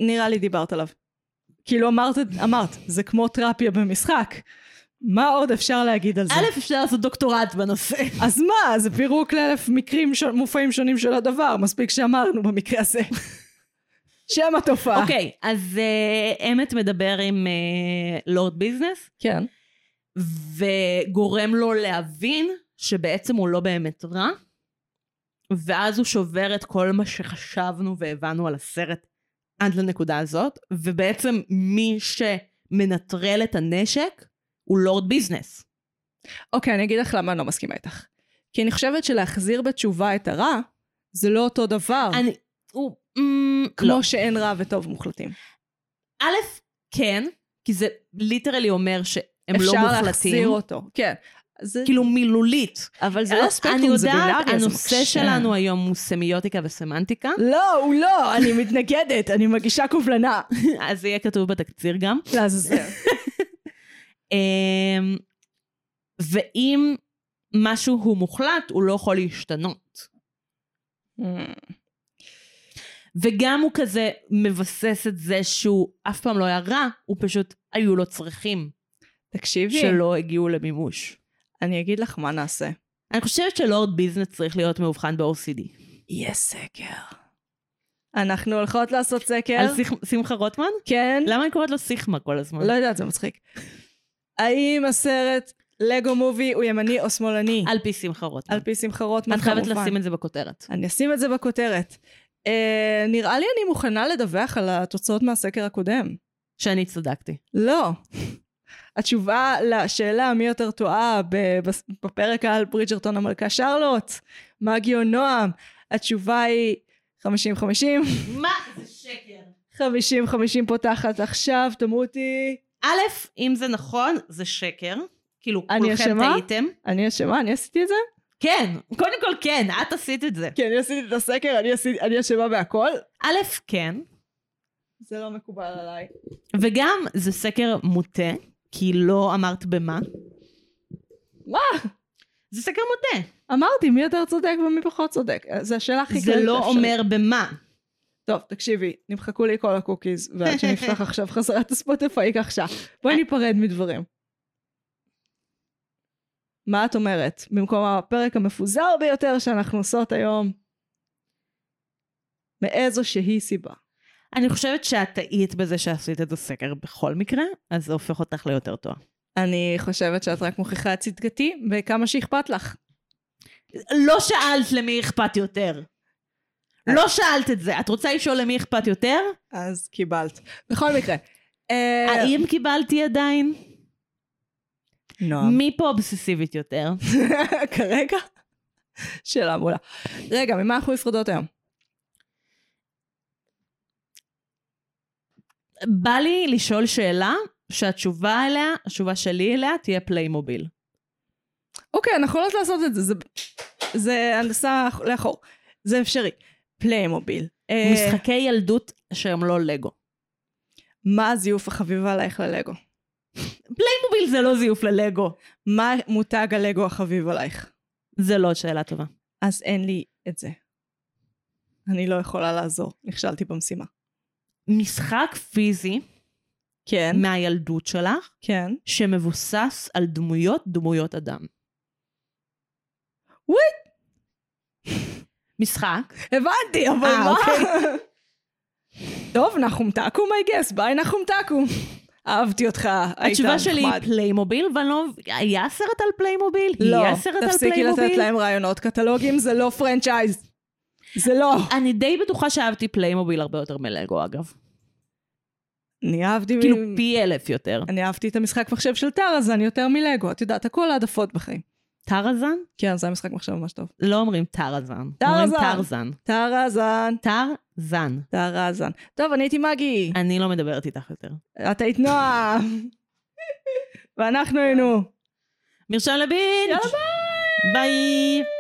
Speaker 1: נראה לי דיברת עליו. כאילו אמרת, אמרת, זה כמו תרפיה במשחק. מה עוד אפשר להגיד על זה?
Speaker 2: א', אפשר לעשות דוקטורט בנושא.
Speaker 1: אז מה, זה פירוק לאלף מקרים, ש... מופעים שונים של הדבר, מספיק שאמרנו במקרה הזה. שם התופעה.
Speaker 2: אוקיי, אז אה, אמת מדבר עם אה, לורד ביזנס,
Speaker 1: כן.
Speaker 2: וגורם לו להבין שבעצם הוא לא באמת רע, ואז הוא שובר את כל מה שחשבנו והבנו על הסרט עד לנקודה הזאת, ובעצם מי שמנטרל את הנשק הוא לורד ביזנס.
Speaker 1: אוקיי, אני אגיד לך למה אני לא מסכימה איתך. כי אני חושבת שלהחזיר בתשובה את הרע, זה לא אותו דבר, אני...
Speaker 2: אני... הוא... אמ,
Speaker 1: כמו
Speaker 2: לא.
Speaker 1: שאין רע וטוב מוחלטים.
Speaker 2: א', כן, כי זה ליטרלי אומר שהם לא מוחלטים.
Speaker 1: אפשר להחזיר אותו, כן. זה...
Speaker 2: כאילו מילולית. אה,
Speaker 1: אבל זה לא ספקטרום,
Speaker 2: אני
Speaker 1: זה
Speaker 2: יודעת,
Speaker 1: בינארי, זה
Speaker 2: הנושא
Speaker 1: מקשה.
Speaker 2: שלנו היום הוא סמיוטיקה וסמנטיקה,
Speaker 1: לא, הוא לא, אני מתנגדת, אני מגישה קובלנה.
Speaker 2: אז זה יהיה כתוב בתקציר גם.
Speaker 1: לא, זה זה.
Speaker 2: אמ, ואם משהו הוא מוחלט, הוא לא יכול להשתנות.
Speaker 1: Mm.
Speaker 2: וגם הוא כזה מבסס את זה שהוא אף פעם לא היה רע, הוא פשוט, היו לו צרכים
Speaker 1: תקשיבי,
Speaker 2: שלא הגיעו למימוש.
Speaker 1: אני אגיד לך מה נעשה.
Speaker 2: אני חושבת שלורד ביזנס צריך להיות מאובחן ב-OCD.
Speaker 1: יהיה סקר. אנחנו הולכות לעשות סקר.
Speaker 2: על שיח- שמחה רוטמן?
Speaker 1: כן.
Speaker 2: למה אני קוראת לו סיכמה כל הזמן?
Speaker 1: לא יודעת, זה מצחיק. האם הסרט לגו מובי הוא ימני או שמאלני?
Speaker 2: על פי שמחה רוטמן.
Speaker 1: על פי שמחה רוטמן,
Speaker 2: את
Speaker 1: כמובן.
Speaker 2: חייבת לשים את זה בכותרת.
Speaker 1: אני אשים את זה בכותרת. אה, נראה לי אני מוכנה לדווח על התוצאות מהסקר הקודם.
Speaker 2: שאני צדקתי.
Speaker 1: לא. התשובה לשאלה מי יותר טועה ב- בס- בפרק על ברידג'רטון המלכה שרלוט, מגי או נועם, התשובה היא 50-50.
Speaker 2: מה? זה שקר.
Speaker 1: 50-50 פותחת עכשיו, תמותי.
Speaker 2: א', אם זה נכון, זה שקר. כאילו,
Speaker 1: אני
Speaker 2: כולכם
Speaker 1: אשמה?
Speaker 2: טעיתם.
Speaker 1: אני אשמה, אני עשיתי את זה?
Speaker 2: כן, קודם כל כן, את עשית את זה.
Speaker 1: כי אני עשיתי את הסקר, אני עשיתי- אני אשמה בהכל.
Speaker 2: א', כן,
Speaker 1: זה לא מקובל עליי.
Speaker 2: וגם זה סקר מוטה, כי לא אמרת במה.
Speaker 1: מה?
Speaker 2: זה סקר מוטה.
Speaker 1: אמרתי, מי יותר צודק ומי פחות צודק. אה, זו השאלה הכי
Speaker 2: זה לא
Speaker 1: אפשרית.
Speaker 2: אומר במה.
Speaker 1: טוב, תקשיבי, נמחקו לי כל הקוקיז, ועד שנפתח עכשיו חזרה את הספוטיפיי ייקח שעה. בואי ניפרד מדברים. מה את אומרת? במקום הפרק המפוזר ביותר שאנחנו עושות היום, מאיזושהי סיבה.
Speaker 2: אני חושבת שאת טעית בזה שעשית את הסקר בכל מקרה, אז זה הופך אותך ליותר טועה.
Speaker 1: אני חושבת שאת רק מוכיחה את צדקתי, וכמה שאכפת לך.
Speaker 2: לא שאלת למי אכפת יותר.
Speaker 1: אה.
Speaker 2: לא שאלת את זה. את רוצה לשאול למי אכפת יותר?
Speaker 1: אז קיבלת. בכל מקרה. אה,
Speaker 2: האם קיבלתי עדיין?
Speaker 1: נועם.
Speaker 2: מי פה אובססיבית יותר?
Speaker 1: כרגע? שאלה מעולה. רגע, ממה אנחנו נפרדות היום?
Speaker 2: בא לי לשאול שאלה שהתשובה אליה, התשובה שלי אליה, תהיה פליימוביל.
Speaker 1: אוקיי, אנחנו יכולות לעשות את זה, זה, זה הנדסה לאחור. זה אפשרי. פליימוביל. אה,
Speaker 2: משחקי ילדות שהם לא לגו.
Speaker 1: מה הזיוף החביב עלייך ללגו?
Speaker 2: פליימוביל זה לא זיוף ללגו.
Speaker 1: מה מותג הלגו החביב עלייך?
Speaker 2: זה לא שאלה טובה.
Speaker 1: אז אין לי את זה. אני לא יכולה לעזור, נכשלתי במשימה.
Speaker 2: משחק פיזי
Speaker 1: כן.
Speaker 2: מהילדות שלך,
Speaker 1: כן.
Speaker 2: שמבוסס על דמויות דמויות אדם.
Speaker 1: וואט?
Speaker 2: משחק.
Speaker 1: הבנתי, אבל
Speaker 2: אה,
Speaker 1: מה? טוב, נחום טקום, I guess, ביי נחום טקום. אהבתי אותך, היית
Speaker 2: התשובה שלי היא
Speaker 1: נחמד.
Speaker 2: פליימוביל, ואני לא... היה סרט על פליימוביל?
Speaker 1: לא,
Speaker 2: היה סרט על
Speaker 1: תפסיקי
Speaker 2: פליימוביל?
Speaker 1: לתת להם רעיונות קטלוגים, זה לא פרנצ'ייז. זה לא.
Speaker 2: אני די בטוחה שאהבתי פליימוביל הרבה יותר מלגו, אגב.
Speaker 1: אני אהבתי,
Speaker 2: כאילו
Speaker 1: מ-
Speaker 2: פי אלף יותר.
Speaker 1: אני אהבתי את המשחק מחשב של טראזן יותר מלגו, את יודעת, הכל העדפות בחיים.
Speaker 2: טרזן?
Speaker 1: כן, זה המשחק מחשב ממש טוב.
Speaker 2: לא אומרים טרזן. אומרים
Speaker 1: טרזן.
Speaker 2: טרזן.
Speaker 1: טראזן,
Speaker 2: טרזן.
Speaker 1: טראזן. טוב, אני הייתי מגי,
Speaker 2: אני לא מדברת איתך יותר.
Speaker 1: את היית נועם, ואנחנו היינו
Speaker 2: מרשם לבינג'.
Speaker 1: יאללה,
Speaker 2: ביי. ביי.